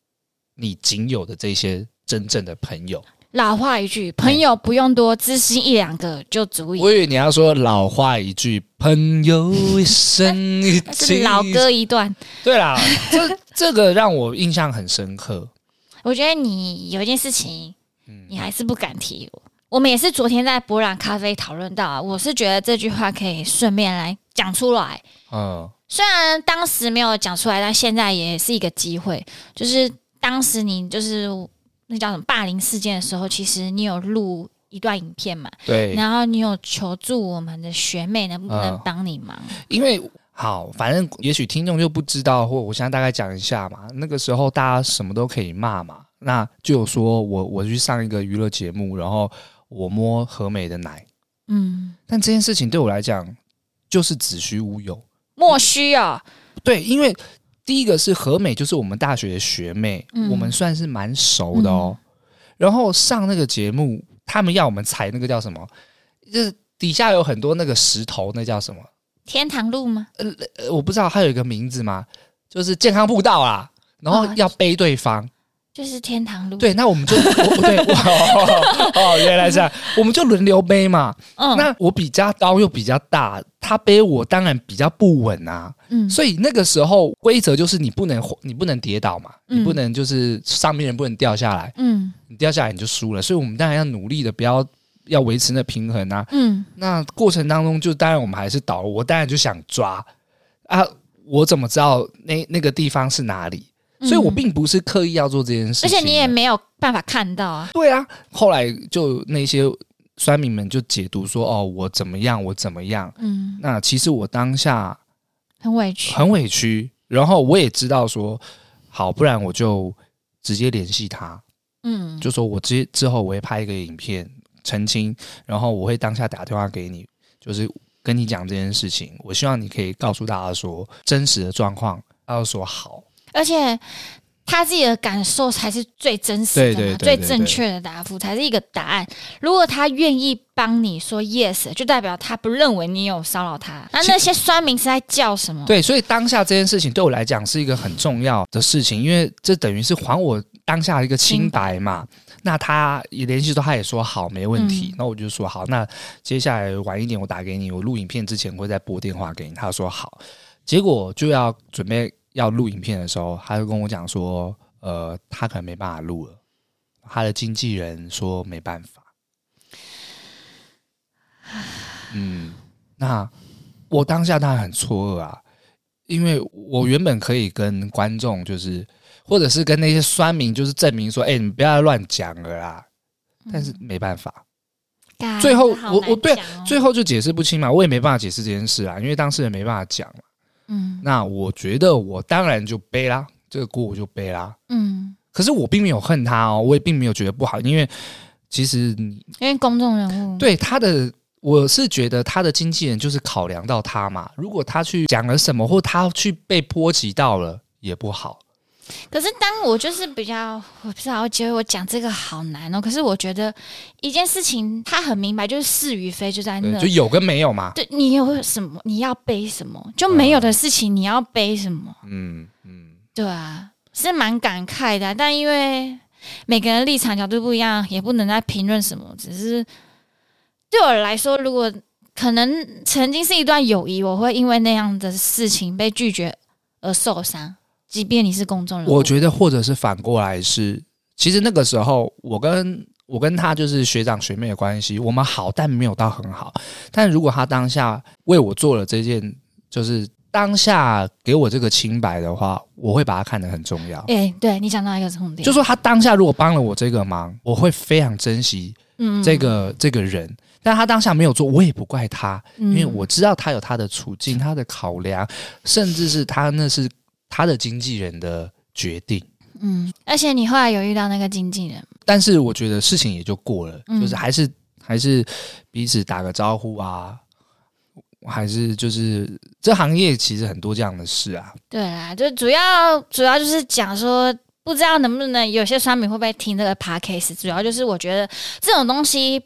Speaker 2: 你仅有的这些真正的朋友。
Speaker 1: 老话一句，朋友不用多，知心一两个就足以。
Speaker 2: 我以为你要说老话一句，朋友一生一
Speaker 1: 那
Speaker 2: 起。
Speaker 1: 是老歌一段，
Speaker 2: 对啦，这这个让我印象很深刻。
Speaker 1: 我觉得你有一件事情，你还是不敢提我。我们也是昨天在博朗咖啡讨论到啊，我是觉得这句话可以顺便来讲出来。
Speaker 2: 嗯，
Speaker 1: 虽然当时没有讲出来，但现在也是一个机会。就是当时你就是那叫什么霸凌事件的时候，其实你有录一段影片嘛，
Speaker 2: 对，
Speaker 1: 然后你有求助我们的学妹能不能
Speaker 2: 嗯
Speaker 1: 帮你忙？
Speaker 2: 因为好，反正也许听众就不知道，或我现在大概讲一下嘛。那个时候大家什么都可以骂嘛，那就有说我我去上一个娱乐节目，然后我摸和美的奶，
Speaker 1: 嗯，
Speaker 2: 但这件事情对我来讲就是子虚乌有。
Speaker 1: 莫须哦，
Speaker 2: 啊对，因为第一个是和美，就是我们大学的学妹，
Speaker 1: 嗯
Speaker 2: 我们算是蛮熟的哦。然后上那个节目，他们要我们踩那个叫什么，就是底下有很多那个石头，那叫什么？
Speaker 1: 天堂路吗？
Speaker 2: 呃，我不知道它有一个名字嘛，就是健康步道啦。然后
Speaker 1: 啊
Speaker 2: 要背对方，
Speaker 1: 就是天堂路。，
Speaker 2: 对，那我们就我对我哦哦，原来是这样，我们就轮流背嘛。
Speaker 1: 嗯
Speaker 2: 那我比较高又比较大，他背我当然比较不稳啊。
Speaker 1: 嗯，
Speaker 2: 所以那个时候规则就是你不能你不能跌倒嘛，
Speaker 1: 嗯
Speaker 2: 你不能就是上面人不能掉下来，
Speaker 1: 嗯
Speaker 2: 你掉下来你就输了。所以我们当然要努力的，不要要维持那平衡啊。
Speaker 1: 嗯，
Speaker 2: 那过程当中就当然我们还是倒了，我当然就想抓啊，我怎么知道那那个地方是哪里？所以我并不是刻意要做这件事
Speaker 1: 嗯而
Speaker 2: 情的，
Speaker 1: 且你也没有办法看到啊。
Speaker 2: 对啊。后来就那些酸民们就解读说，哦，我怎么样，我怎么样。
Speaker 1: 嗯，
Speaker 2: 那其实我当下
Speaker 1: 很委屈。
Speaker 2: 很委屈，然后我也知道说，好，不然我就直接联系他，
Speaker 1: 嗯，
Speaker 2: 就说我之之后我会拍一个影片澄清，然后我会当下打电话给你，就是跟你讲这件事情，我希望你可以告诉大家说真实的状况，要说好，
Speaker 1: 而且他自己的感受才是最真实的嘛，
Speaker 2: 对对对
Speaker 1: 最
Speaker 2: 对
Speaker 1: 正确的答复才是一个答案。如果他愿意帮你说 yes，就代表他不认为你有骚扰他。那
Speaker 2: 其
Speaker 1: 那些酸民是在叫什么？
Speaker 2: 对，所以当下这件事情对我来讲是一个很重要的事情，因为这等于是还我当下一个清白嘛。那他也联系说，他也说好，没问题。
Speaker 1: 嗯
Speaker 2: 那我就说好，那接下来晚一点我打给你，我录影片之前会再拨电话给你。他说好，结果就要准备要录影片的时候，他就跟我讲说，呃，他可能没办法录了，他的经纪人说没办法。嗯，那我当下当然很错愕啊，因为我原本可以跟观众就是，或者是跟那些酸民就是证明说，哎、你不要乱讲了啦。
Speaker 1: 嗯
Speaker 2: 但是没办法，
Speaker 1: 嘎，
Speaker 2: 最后
Speaker 1: 这嗯好
Speaker 2: 我
Speaker 1: 难
Speaker 2: 我对
Speaker 1: 讲哦
Speaker 2: 最后就解释不清嘛，我也没办法解释这件事啊，因为当事人没办法讲嘛。
Speaker 1: 嗯
Speaker 2: 那我觉得我当然就背啦，这个锅我就背啦。
Speaker 1: 嗯，
Speaker 2: 可是我并没有恨他哦，我也并没有觉得不好，因为其实你
Speaker 1: 因为公众人物，
Speaker 2: 对他的，我是觉得他的经纪人就是考量到他嘛。如果他去讲了什么，或他去被波及到了，也不好。
Speaker 1: 可是当我就是比较，我不知道，我觉得我讲这个好难哦。可是我觉得一件事情，他很明白，就是是与非就在
Speaker 2: 对
Speaker 1: 那，
Speaker 2: 就有跟没有嘛。
Speaker 1: 对你有什么，你要背什么，就没有的事情，你要背什么？
Speaker 2: 嗯嗯，
Speaker 1: 对啊，是蛮感慨的啊、但因为每个人立场角度不一样，也不能再评论什么。只是对我来说，如果可能曾经是一段友谊，我会因为那样的事情被拒绝而受伤，即便你是公众人物。
Speaker 2: 我觉得或者是反过来是，其实那个时候我跟我跟他就是学长学妹的关系，我们好，但没有到很好。但如果他当下为我做了这件，就是当下给我这个清白的话，我会把他看得很重要。
Speaker 1: 哎、对你讲到一个重点，
Speaker 2: 就说他当下如果帮了我这个忙，我会非常珍惜
Speaker 1: 嗯
Speaker 2: 这个、这个人。但他当下没有做，我也不怪他，因
Speaker 1: 因嗯
Speaker 2: 为我知道他有他的处境、他的考量，甚至是他那是他的经纪人的决定。
Speaker 1: 嗯，而且你后来有遇到那个经纪人吗，
Speaker 2: 但是我觉得事情也就过了，
Speaker 1: 嗯
Speaker 2: 就是还是还是彼此打个招呼啊，还是就是这行业其实很多这样的事啊，
Speaker 1: 对啦，就主要主要就是讲说。不知道能不能有些酸民会不会听这个 podcast，主要就是我觉得这种东西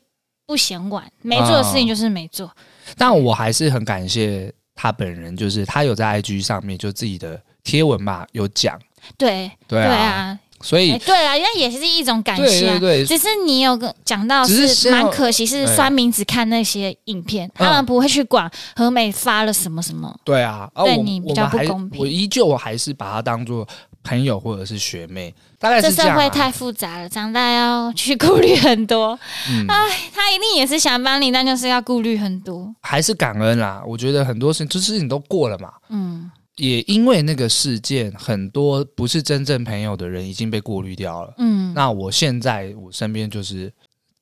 Speaker 1: 不嫌晚，没做的事情
Speaker 2: 啊
Speaker 1: 就是没做。
Speaker 2: 但我还是很感谢他本人，就是他有在 IG 上面就自己的贴文嘛有讲，
Speaker 1: 对
Speaker 2: 对啊，
Speaker 1: 对啊，
Speaker 2: 所
Speaker 1: 哎、
Speaker 2: 以、
Speaker 1: 对啊，那也是一种感
Speaker 2: 对
Speaker 1: 谢、啊。
Speaker 2: 对对，
Speaker 1: 只是你有个讲到
Speaker 2: 只是
Speaker 1: 是
Speaker 2: 先要
Speaker 1: 蛮可惜，
Speaker 2: 哎
Speaker 1: 是
Speaker 2: 嗯
Speaker 1: 酸民只看那些影片，他们不会去管和美发了什么什么。
Speaker 2: 对啊，啊
Speaker 1: 对
Speaker 2: 我
Speaker 1: 你比
Speaker 2: 我
Speaker 1: 较
Speaker 2: 们
Speaker 1: 不
Speaker 2: 还
Speaker 1: 公平
Speaker 2: 我依旧还是把他当做朋友或者是学妹，大概
Speaker 1: 这
Speaker 2: 是
Speaker 1: 社
Speaker 2: 样、
Speaker 1: 会
Speaker 2: 啊。
Speaker 1: 太复杂了，长大要去顾虑很多。
Speaker 2: 嗯，
Speaker 1: 他一定也是想帮你，但就是要顾虑很多。
Speaker 2: 还是感恩啦。我觉得很多事情，这事情都过了嘛。
Speaker 1: 嗯，
Speaker 2: 也因为那个事件，很多不是真正朋友的人已经被过滤掉了。
Speaker 1: 嗯，
Speaker 2: 那我现在我身边就是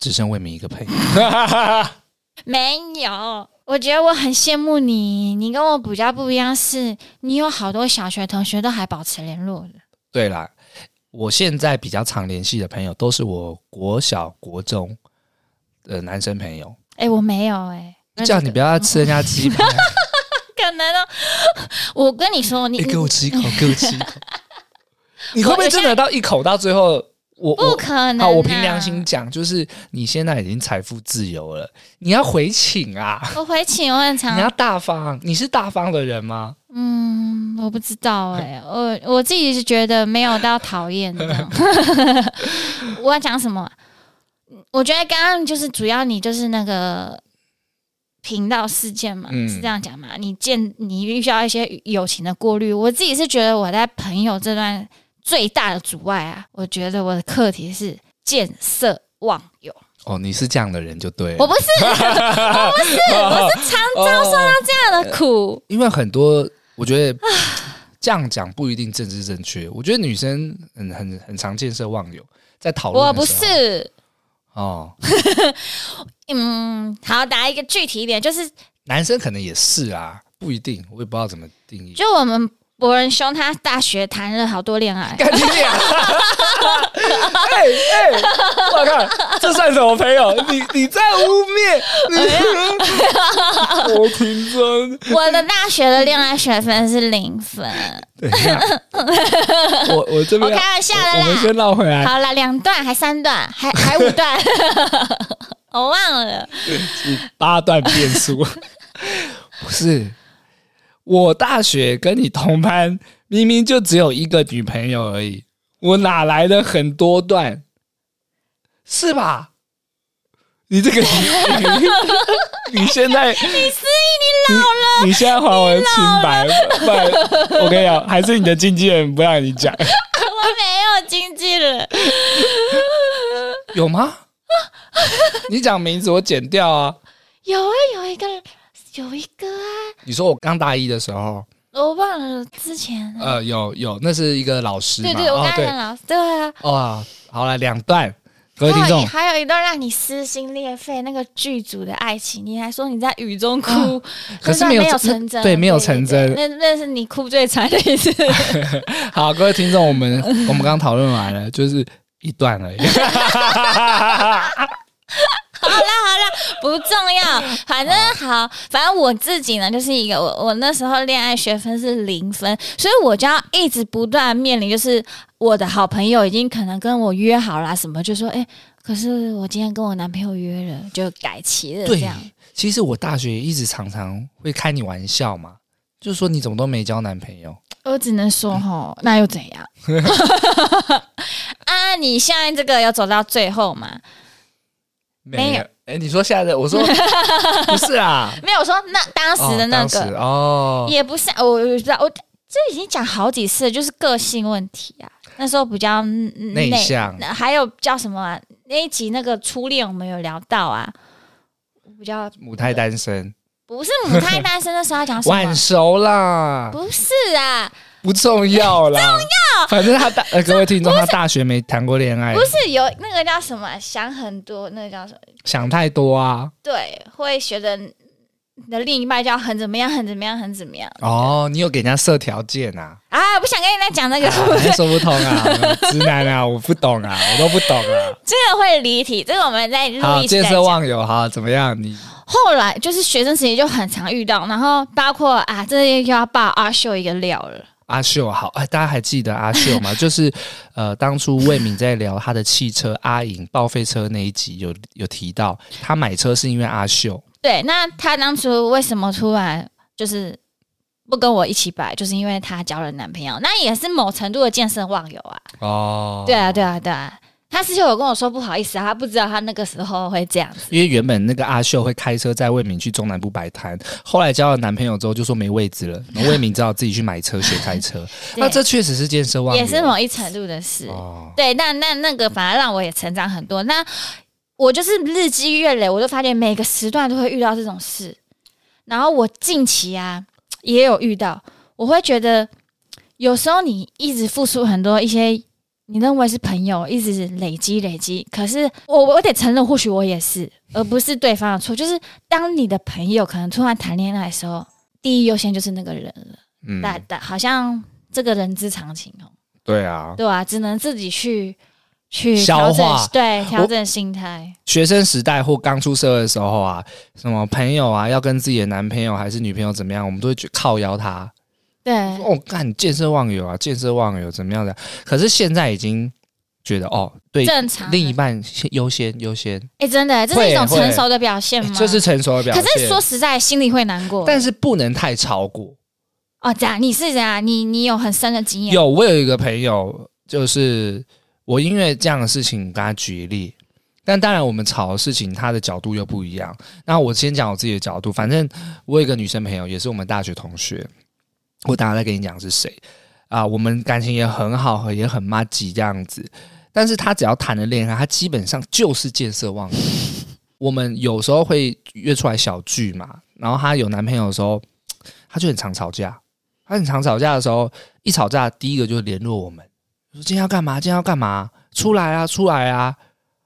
Speaker 2: 只剩魏明一个 朋友。
Speaker 1: 没有。我觉得我很羡慕你，你跟我比较不一样是，你有好多小学同学都还保持联络的。
Speaker 2: 对啦，我现在比较常联系的朋友都是我国小、国中的男生朋友。
Speaker 1: 哎、我没有哎、那
Speaker 2: 这样你
Speaker 1: 个
Speaker 2: 不要吃人家鸡排，
Speaker 1: 可能哦。 我跟你说，你
Speaker 2: 你给我 吃一口，给我吃 一口。你
Speaker 1: 我
Speaker 2: 会不会真的到一口到最后？我
Speaker 1: 不
Speaker 2: 我
Speaker 1: 可能、啊。
Speaker 2: 好，我凭良心讲，就是你现在已经财富自由了，你要回请啊，
Speaker 1: 我回请我很
Speaker 2: 你
Speaker 1: 常
Speaker 2: 要，大方。你是大方的人吗？
Speaker 1: 嗯，我不知道哎、我我自己是觉得没有到讨厌这样。 我要讲什么啊？我觉得刚刚就是主要你就是那个频道事件嘛，
Speaker 2: 嗯
Speaker 1: 是这样讲嘛？你见你遇到一些友情的过滤，我自己是觉得我在朋友这段最大的阻碍啊，我觉得我的课题是见色忘友。
Speaker 2: 哦，你是这样的人就对了。哦
Speaker 1: 我不是， 我不是， 我是常
Speaker 2: 遭受到，
Speaker 1: 这样的苦。
Speaker 2: 因为很多我觉得这样讲不一定政治正确。我觉得女生很很很常见色忘友，在哦讨论的
Speaker 1: 我不
Speaker 2: 时候
Speaker 1: 是，
Speaker 2: 哦，
Speaker 1: 嗯，好，打一个具体一点，就是
Speaker 2: 男生可能也是啊，不一定，我也不知道怎么定义。
Speaker 1: 就我们博仁兄他大学谈了好多恋 爱，
Speaker 2: 干你俩！ 哎哎，我靠，这算什么朋友？你你在污蔑你？
Speaker 1: 哎
Speaker 2: 我听真，
Speaker 1: 我的大学的恋爱学分是零分，
Speaker 2: 等一下，我我这
Speaker 1: 我
Speaker 2: 边
Speaker 1: 开
Speaker 2: 要
Speaker 1: 玩笑
Speaker 2: 我们
Speaker 1: 的
Speaker 2: 先
Speaker 1: 啦。
Speaker 2: 绕回来，
Speaker 1: 好了，两段还三段，还 还五段，我忘了。
Speaker 2: 八段变速。 不是，我大学跟你同班，明明就只有一个女朋友而已，我哪来的很多段？是吧？你这个 你，你现在
Speaker 1: 你老了，
Speaker 2: 你现在还我清白，不然我跟你讲，还是你的经纪人不让你讲，
Speaker 1: 我没有经纪人，
Speaker 2: 有吗？ 你讲名字我剪掉啊。
Speaker 1: 有啊，有一个，有一个啊，
Speaker 2: 你说我刚大一的时候，
Speaker 1: 我忘了之前。
Speaker 2: 呃，有有，那是一个老师嘛，
Speaker 1: 对对，我
Speaker 2: 哦
Speaker 1: 刚才
Speaker 2: 对
Speaker 1: 讲，老师，对啊，
Speaker 2: 哇，好了，两段，各位听
Speaker 1: 还有一
Speaker 2: 众，
Speaker 1: 还有一段让你撕心裂肺那个剧组的爱情，你还说你在雨中哭，
Speaker 2: 可是
Speaker 1: 哦那段没
Speaker 2: 没有
Speaker 1: 成真，
Speaker 2: 对没有成真
Speaker 1: 对那那是你哭最惨的一次。
Speaker 2: 好，各位听众，我们我们刚讨论完了，就是一段 而已。
Speaker 1: 不重 要，反正好，反正我自己呢，就是一个我我那时候恋爱学分是零分，所以我就要一直不断面临，就是我的好朋友已经可能跟我约好啦，什么就说，哎、可是我今天跟我男朋友约了，就改期了，这
Speaker 2: 对
Speaker 1: 样。，
Speaker 2: 其实我大学一直常常会开你玩笑嘛，就说你怎么都没交男朋友，
Speaker 1: 我只能说吼，那又怎样？ 啊，你现在这个有走到最后吗？没有。
Speaker 2: 哎，你说现在的，我说 不是啊，
Speaker 1: 没有，我说那当时的那
Speaker 2: 哦当时
Speaker 1: 个、
Speaker 2: 哦，
Speaker 1: 也不是，我我不知道，我这已经讲好几次了，就是个性问题啊。那时候比较嗯
Speaker 2: 内向
Speaker 1: 那还有叫什么啊、那一集那个初恋我们有聊到啊，比较
Speaker 2: 母胎单身，
Speaker 1: 不是母胎单身的时候要讲什
Speaker 2: 晚
Speaker 1: 么？啊
Speaker 2: 熟啦，
Speaker 1: 不是啊，
Speaker 2: 不重要啦，重要。反正他大，呃、各位听众，他大学没谈过恋爱
Speaker 1: 不，是有那个叫什么啊、想很多，那个叫什么？
Speaker 2: 想太多啊。
Speaker 1: 对，会觉得你的另一半就要很怎么样，很怎么样，很怎么样
Speaker 2: 哦，你有给人家设条件 啊？
Speaker 1: 啊！不想跟人家讲那个，
Speaker 2: 还说不通啊， 直男啊，我不懂啊，我都不懂啊。
Speaker 1: 这个会离题，这个我们在录
Speaker 2: 好，
Speaker 1: 一期
Speaker 2: 见
Speaker 1: 再
Speaker 2: 色
Speaker 1: 讲。
Speaker 2: 忘友，好，怎么样？你
Speaker 1: 后来就是学生时期就很常遇到，然后包括啊，这又要爆阿秀一个料了。
Speaker 2: 阿秀好，哎，大家还记得阿秀 吗？就是呃，当初魏敏在聊她的汽车阿颖报废车那一集有有提到，她买车是因为阿秀，
Speaker 1: 对，那她当初为什么突然就是不跟我一起摆，就是因为她交了男朋友，那也是某程度的见色忘友啊。
Speaker 2: 哦，
Speaker 1: 对啊，对啊，对啊。她事后有跟我说不好意思啊，她不知道她那个时候会这样子。
Speaker 2: 因为原本那个阿秀会开车载魏敏去中南部摆摊，后来交了男朋友之后就说没位置了，然后魏敏只好自己去买车学开 车。那这确实是见色忘友，啊
Speaker 1: 也是某一程度的事。
Speaker 2: 哦，
Speaker 1: 对，那那那个反而让我也成长很多。那我就是日积月累，我就发现每个时段都会遇到这种事。然后我近期啊也有遇到，我会觉得有时候你一直付出很多一些你认为是朋友，一直累积累积，可是我我得承认，或许我也是，而不是对方的错。就是当你的朋友可能突然谈恋爱的时候，第一优先就是那个人了，
Speaker 2: 嗯，
Speaker 1: 大大好像这个人之常情哦。
Speaker 2: 对啊，
Speaker 1: 对啊，只能自己去去
Speaker 2: 消
Speaker 1: 调整
Speaker 2: 化，
Speaker 1: 对，调整心态。
Speaker 2: 学生时代或刚出社会的时候啊，什么朋友啊，要跟自己的男朋友还是女朋友怎么样，我们都会去靠邀他。
Speaker 1: 对，
Speaker 2: 哦，干见色忘友啊，见色忘友怎么样的？可是现在已经觉得哦，对
Speaker 1: 正常的。啊
Speaker 2: 另一半先优先优先，
Speaker 1: 哎、真的，这是一种
Speaker 2: 会会
Speaker 1: 成熟的表现
Speaker 2: 哎
Speaker 1: 吗？
Speaker 2: 这是成熟的表
Speaker 1: 可
Speaker 2: 现。
Speaker 1: 是说，实在，心里会难过。
Speaker 2: 但是不能太超过。
Speaker 1: 哦，这样你是这样，你你有很深的经验。
Speaker 2: 有，我有一个朋友，就是我因为这样的事情跟他决裂，但当然我们吵的事情，他的角度又不一样。那我先讲我自己的角度，反正我有一个女生朋友，也是我们大学同学，我等下再跟你讲是谁啊、我们感情也很好，也很妈吉这样子，但是她只要谈了恋爱，她基本上就是见色忘友。我们有时候会约出来小聚嘛，然后她有男朋友的时候，她就很常吵架。她很常吵架的时候，一吵架，第一个就是联络我们，说今天要干嘛？今天要干嘛？出来啊，出来啊！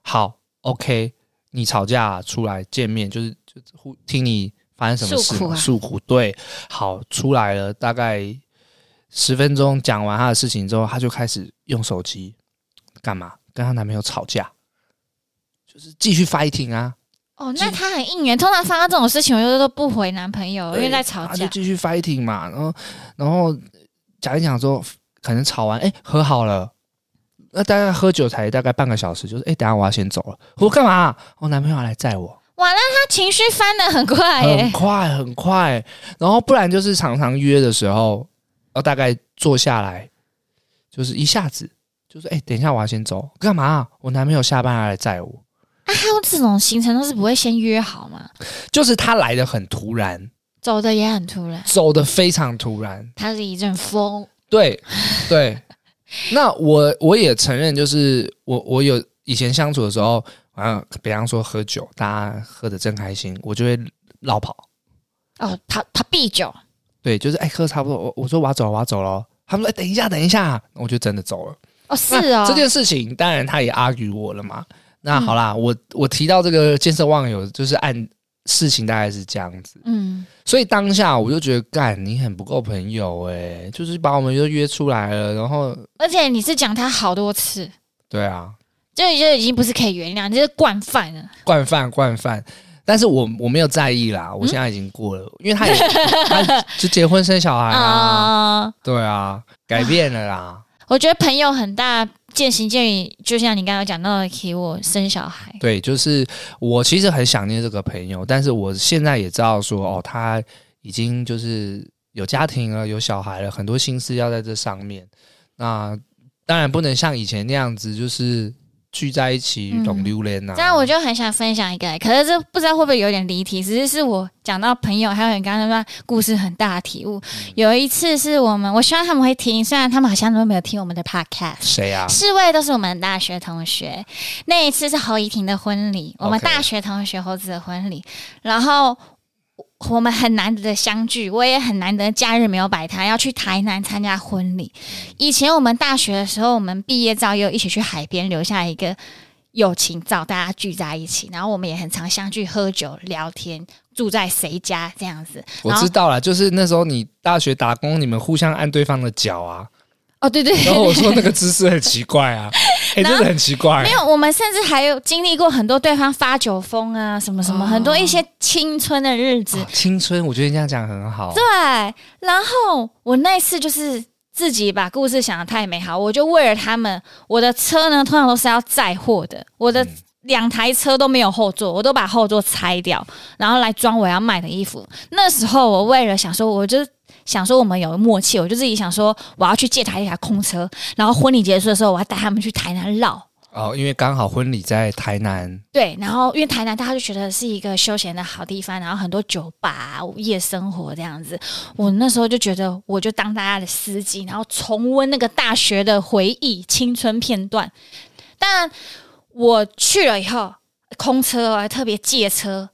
Speaker 2: 好，OK，你吵架、出来见面，就是就互听你发生什么事
Speaker 1: 诉苦
Speaker 2: 嘛，
Speaker 1: 啊
Speaker 2: 诉苦。对，好，出来了，大概十分钟讲完她的事情之后，她就开始用手机干嘛？跟她男朋友吵架，就是继续 fighting 啊。
Speaker 1: 哦，那他很应援。通常发生这种事情，我就都不回男朋友，因为
Speaker 2: 对
Speaker 1: 在吵
Speaker 2: 他
Speaker 1: 架
Speaker 2: 就。继续 fighting 嘛，然后然后讲一讲说，可能吵完，哎、和好了，那大概喝酒才大概半个小时，就是哎、等一下我要先走了，我干嘛？我男朋友要来载我，
Speaker 1: 哇，那他情绪翻的很快耶、
Speaker 2: 很快很快，然后不然就是常常约的时候，呃，大概坐下来，就是一下子。就是哎、等一下，我要先走，干嘛？我男朋友下班要来载我，
Speaker 1: 啊，他用这种行程都是不会先约好吗？
Speaker 2: 就是他来的很突然，
Speaker 1: 走的也很突然，
Speaker 2: 走的非常突然，
Speaker 1: 他是一阵风。
Speaker 2: 对对，那我我也承认，就是我我有以前相处的时候，啊，比方说喝酒，大家喝的真开心，我就会绕跑。
Speaker 1: 哦，他他必酒，
Speaker 2: 对，就是哎，喝差不多，我我说我要走了，我要走了。他们说：“哎，等一下，等一下。”我就真的走了。
Speaker 1: 哦，是
Speaker 2: 那
Speaker 1: 哦，
Speaker 2: 这件事情当然他也 argue 我了嘛。那好啦，我我提到这个见色忘友，就是按事情大概是这样子。
Speaker 1: 嗯，
Speaker 2: 所以当下我就觉得，干你很不够朋友哎、就是把我们就约出来了，然后
Speaker 1: 而且你是讲他好多次，
Speaker 2: 对啊，
Speaker 1: 就就已经不是可以原谅，这是惯犯了。
Speaker 2: 惯犯惯犯。但是我我没有在意
Speaker 1: 嗯
Speaker 2: 啦，我现在已经过了，因为他也 他就结婚生小孩 啊，
Speaker 1: 啊、
Speaker 2: 对啊，改变了 啦，
Speaker 1: 我觉得朋友很大，渐行渐远。就像你刚刚讲到的，给我生小孩，
Speaker 2: 对，就是我其实很想念这个朋友，但是我现在也知道说，哦，他已经就是有家庭了，有小孩了，很多心思要在这上面。那当然不能像以前那样子，就是聚在一起
Speaker 1: 嗯
Speaker 2: 拢榴莲呐、啊。
Speaker 1: 这样我就很想分享一个，可是这不知道会不会有点离题，只是是我讲到朋友，还有你刚刚说故事很大的体悟。
Speaker 2: 嗯
Speaker 1: 有一次是我们，我希望他们会听，虽然他们好像都没有听我们的 podcast。
Speaker 2: 谁 啊？
Speaker 1: 四位都是我们大学同学。那一次是侯怡婷的婚礼，我们
Speaker 2: OK
Speaker 1: 大学同学猴子的婚礼。然后我我们很难得的相聚，我也很难得假日没有摆摊，要去台南参加婚礼。以前我们大学的时候，我们毕业照又一起去海边留下一个友情照，大家聚在一起，然后我们也很常相聚喝酒聊天，住在谁家这样子。
Speaker 2: 我
Speaker 1: 然后
Speaker 2: 知道了，就是那时候你大学打工，你们互相按对方的脚啊，
Speaker 1: 哦，对对对
Speaker 2: 然后我说那个姿势很奇怪啊，哎、
Speaker 1: 然后
Speaker 2: 真的很奇怪、
Speaker 1: 没有，我们甚至还有经历过很多对方发酒疯啊，什么什么，
Speaker 2: 哦
Speaker 1: 很多一些青春的日子
Speaker 2: 啊。青春，我觉得你这样讲很好。
Speaker 1: 对，然后我那次就是自己把故事想的太美好，我就为了他们，我的车呢通常都是要载货的，我
Speaker 2: 嗯
Speaker 1: 的两台车都没有后座，我都把后座拆掉，然后来装我要卖的衣服。那时候我为了想说，我就。想说我们有默契，我就自己想说我要去借他一台空车，然后婚礼结束的时候我要带他们去台南绕，
Speaker 2: 哦，因为刚好婚礼在台南，
Speaker 1: 对，然后因为台南大家就觉得是一个休闲的好地方，然后很多酒吧啊、夜生活这样子。我那时候就觉得，我就当大家的司机，然后重温那个大学的回忆、青春片段。但我去了以后，空车我哦还特别借车。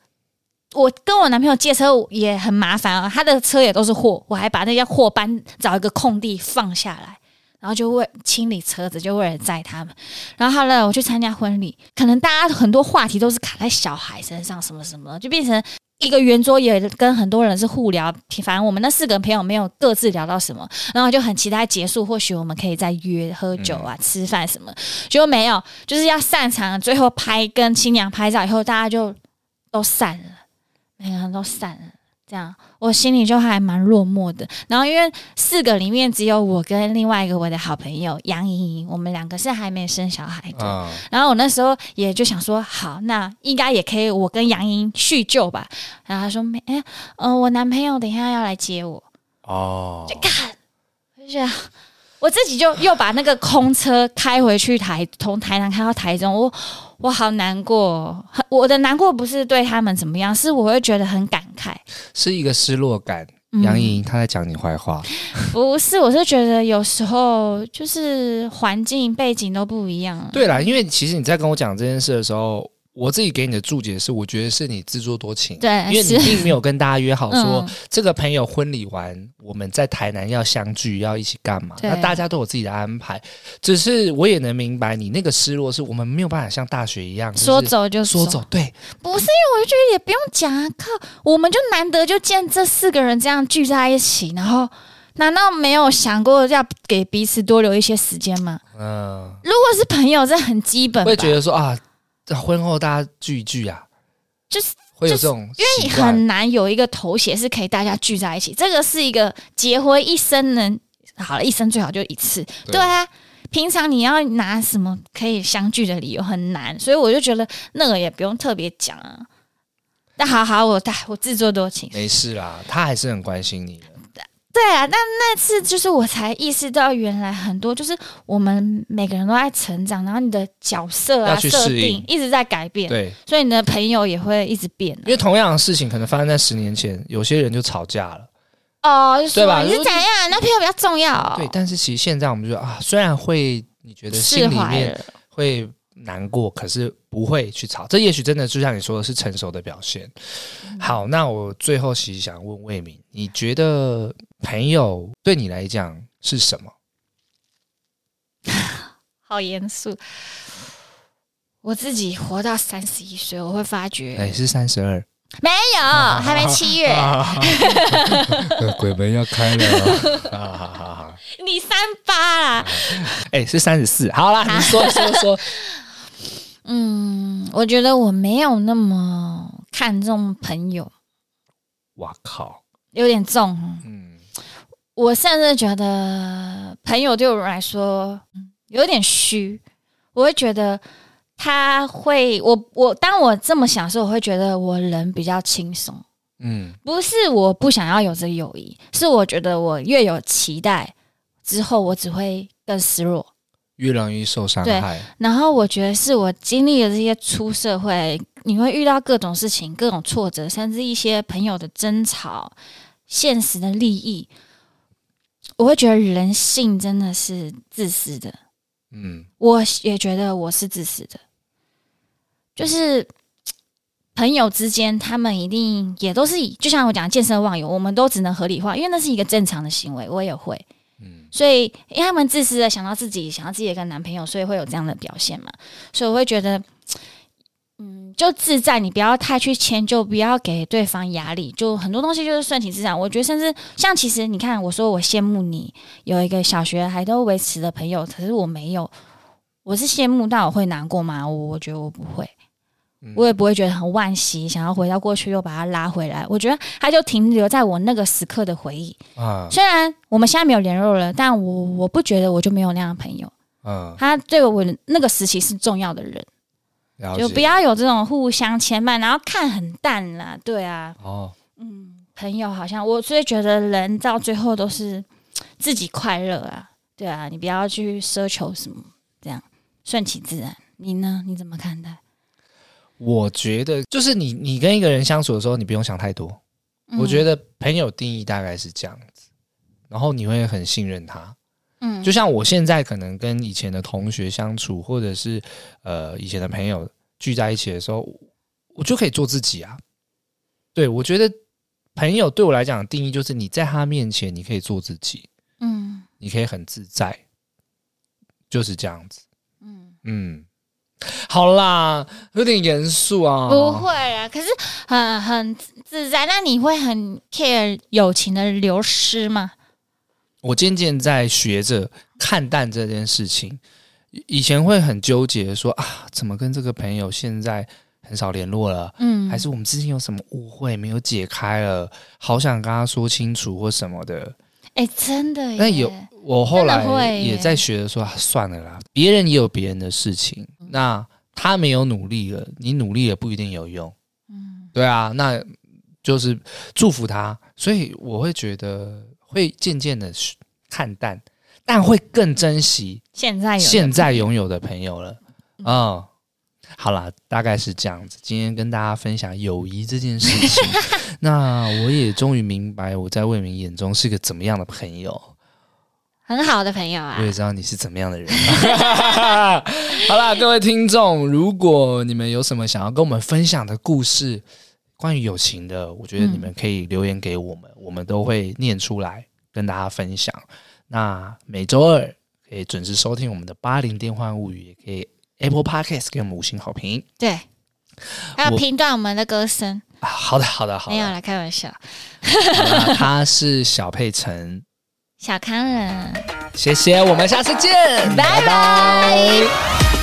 Speaker 1: 我跟我男朋友借车也很麻烦啊，他的车也都是货，我还把那些货搬找一个空地放下来，然后就为清理车子，就为了载他们。然后后来我去参加婚礼，可能大家很多话题都是卡在小孩身上，什么什么的，就变成一个圆桌也跟很多人是互聊。反正我们那四个朋友没有各自聊到什么，然后就很期待结束，或许我们可以再约喝酒啊、吃饭什么，结果没有，就是要散场，最后拍跟新娘拍照以后，大家就都散了，每个人都散了。这样，我心里就还蛮落寞的。然后，因为四个里面只有我跟另外一个我的好朋友杨莹莹，我们两个是还没生小孩的。
Speaker 2: 嗯，
Speaker 1: 然后我那时候也就想说，好，那应该也可以，我跟杨英叙旧吧。然后他说没，哎、嗯、我男朋友等一下要来接我，
Speaker 2: 哦，
Speaker 1: 我就觉得我自己就又把那个空车开回去台，从台南开到台中，我我好难过。很我的难过不是对他们怎么样，是我会觉得很感慨。
Speaker 2: 是一个失落感。
Speaker 1: 嗯
Speaker 2: 杨颖她在讲你坏话，
Speaker 1: 不是，我是觉得有时候就是环境背景都不一样。啊
Speaker 2: 对啦，因为其实你在跟我讲这件事的时候，我自己给你的注解是，我觉得是你自作多情，
Speaker 1: 对，
Speaker 2: 因为你
Speaker 1: 是
Speaker 2: 并没有跟大家约好说、
Speaker 1: 嗯
Speaker 2: 这个朋友婚礼完，我们在台南要相聚，要一起干嘛？
Speaker 1: 对
Speaker 2: 那大家都有自己的安排，只是我也能明白你那个失落，是我们没有办法像大学一样，就是
Speaker 1: 说走就
Speaker 2: 说走，对，
Speaker 1: 不是，因为我就觉得也不用讲啊，靠，我们就难得就见这四个人这样聚在一起，然后难道没有想过要给彼此多留一些时间吗？
Speaker 2: 嗯。
Speaker 1: 如果是朋友，这很基本吧，
Speaker 2: 会觉得说啊，婚后大家聚一聚啊，
Speaker 1: 就是
Speaker 2: 会有这种
Speaker 1: 因为你
Speaker 2: 习惯
Speaker 1: 很难有一个头衔是可以大家聚在一起，这个是一个结婚一生能好了，一生最好就一次，
Speaker 2: 对
Speaker 1: 对啊。平常你要拿什么可以相聚的理由很难，所以我就觉得那个也不用特别讲啊。那好好，我大我自作多情，
Speaker 2: 没事啦，他还是很关心你的。
Speaker 1: 对啊，但那次就是我才意识到，原来很多就是我们每个人都在成长，然后你的角色啊
Speaker 2: 要去适
Speaker 1: 设
Speaker 2: 应
Speaker 1: 定一直在改变，
Speaker 2: 对，
Speaker 1: 所以你的朋友也会一直变啊
Speaker 2: 因为同样的事情可能发生在十年前，有些人就吵架了。
Speaker 1: 哦。就说
Speaker 2: 对吧
Speaker 1: 你是怎样？那朋友比较重要、
Speaker 2: 对，，但是其实现在我们就说啊，虽然会你觉得心
Speaker 1: 释
Speaker 2: 里
Speaker 1: 怀
Speaker 2: 面
Speaker 1: 了。
Speaker 2: 会难过，可是不会去吵。这也许真的就像你说的是成熟的表现。
Speaker 1: 嗯
Speaker 2: 好，那我最后其实想问魏明，你觉得朋友对你来讲是什么？
Speaker 1: 好严肃。我自己活到三十一岁，我会发觉
Speaker 2: 哎，是三十二。
Speaker 1: 没有，还没七 月，
Speaker 2: 啊 鬼门要开了啊！好好好好，
Speaker 1: 你三八啦。
Speaker 2: 哎、是三十四。好啦，你说说 说，
Speaker 1: 嗯，我觉得我没有那么看重朋友，
Speaker 2: 哇靠，
Speaker 1: 有点重哦。
Speaker 2: 嗯，
Speaker 1: 我甚至觉得朋友对我来说嗯有点虚，我会觉得他会我我当我这么想的时候，我会觉得我人比较轻松。
Speaker 2: 嗯，
Speaker 1: 不是我不想要有这个友谊，是我觉得我越有期待之后，我只会更失落。
Speaker 2: 越容易受伤害，
Speaker 1: 然后我觉得是我经历了这些出社会，你会遇到各种事情、各种挫折，甚至一些朋友的争吵、现实的利益，我会觉得人性真的是自私的。
Speaker 2: 嗯，
Speaker 1: 我也觉得我是自私的，就是嘖朋友之间，他们一定也都是以，就像我讲健身忘友，我们都只能合理化，因为那是一个正常的行为，我也会。
Speaker 2: 嗯，
Speaker 1: 所以因为他们自私的想到自己，想到自己的一个男朋友，所以会有这样的表现嘛。所以我会觉得，嗯，就自在，你不要太去迁就，不要给对方压力，就很多东西就是顺其自然。我觉得，甚至像其实你看，我说我羡慕你有一个小学还都维持的朋友，可是我没有，我是羡慕，但我会难过吗？我我觉得我不会。我也不会觉得很惋惜，想要回到过去又把它拉回来。我觉得它就停留在我那个时刻的回忆，
Speaker 2: 啊
Speaker 1: 虽然我们现在没有联络了，但我我不觉得我就没有那样的朋友。
Speaker 2: 嗯，
Speaker 1: 他对我那个时期是重要的人，
Speaker 2: 了
Speaker 1: 就
Speaker 2: 解
Speaker 1: 不要有这种互相牵绊，然后看很淡啦。对啊，
Speaker 2: 哦，
Speaker 1: 朋友好像我所以觉得人到最后都是自己快乐啊。对啊，你不要去奢求什么，这样顺其自然。你呢？你怎么看待？
Speaker 2: 我觉得就是你你跟一个人相处的时候，你不用想太多。我觉
Speaker 1: 得，
Speaker 2: 得朋友定义大概是这样子，然后你会很信任他。
Speaker 1: 嗯
Speaker 2: 就像我现在可能跟以前的同学相处，或者是呃以前的朋友聚在一起的时候，我就可以做自己啊。对，我觉得朋友对我来讲的定义就是你在他面前你可以做自己，
Speaker 1: 嗯
Speaker 2: 你可以很自在，就是这样子。
Speaker 1: 嗯，
Speaker 2: 嗯，好啦，有点严肃啊。
Speaker 1: 不会啦。可是很很自在，那你会很 care 友情的流失吗？
Speaker 2: 我渐渐在学着看淡这件事情。以以前会很纠结说啊，怎么跟这个朋友现在很少联络了？
Speaker 1: 嗯，
Speaker 2: 还是我们之间有什么误会没有解开了？好想跟他说清楚或什么的。
Speaker 1: 哎、真的耶，
Speaker 2: 那有我后来
Speaker 1: 真的会耶
Speaker 2: 也在学着说、啊，算了啦，别人也有别人的事情，
Speaker 1: 嗯
Speaker 2: 那他没有努力了，你努力也不一定有用。
Speaker 1: 嗯
Speaker 2: 对啊，那就是祝福他。所以我会觉得会渐渐的看淡，但会更珍惜
Speaker 1: 现在有
Speaker 2: 现在拥有的朋友了。嗯，好啦，大概是这样子。今天跟大家分享友谊这件事 情，那我也终于明白我在魏明眼中是个怎么样的朋友。
Speaker 1: 很好的朋友啊
Speaker 2: 我，也知道你是怎么样的人。 好啦，各位听众，如果你们有什么想要跟我们分享的故事，关于友情的，我觉得你们可以留言给我们，我们都会念出来跟大家分享。那每周二可以准时收听我们的《八零电幻物语》，也可以 Apple Podcast 给我们五星好评
Speaker 1: 对，还有
Speaker 2: 我
Speaker 1: 评断我们的歌声，
Speaker 2: 啊！好的，好的，好
Speaker 1: 没有
Speaker 2: 的。
Speaker 1: 啦，开玩笑，
Speaker 2: 好啦他是小佩岑，
Speaker 1: 小康人。
Speaker 2: 谢谢，我们下次见，拜拜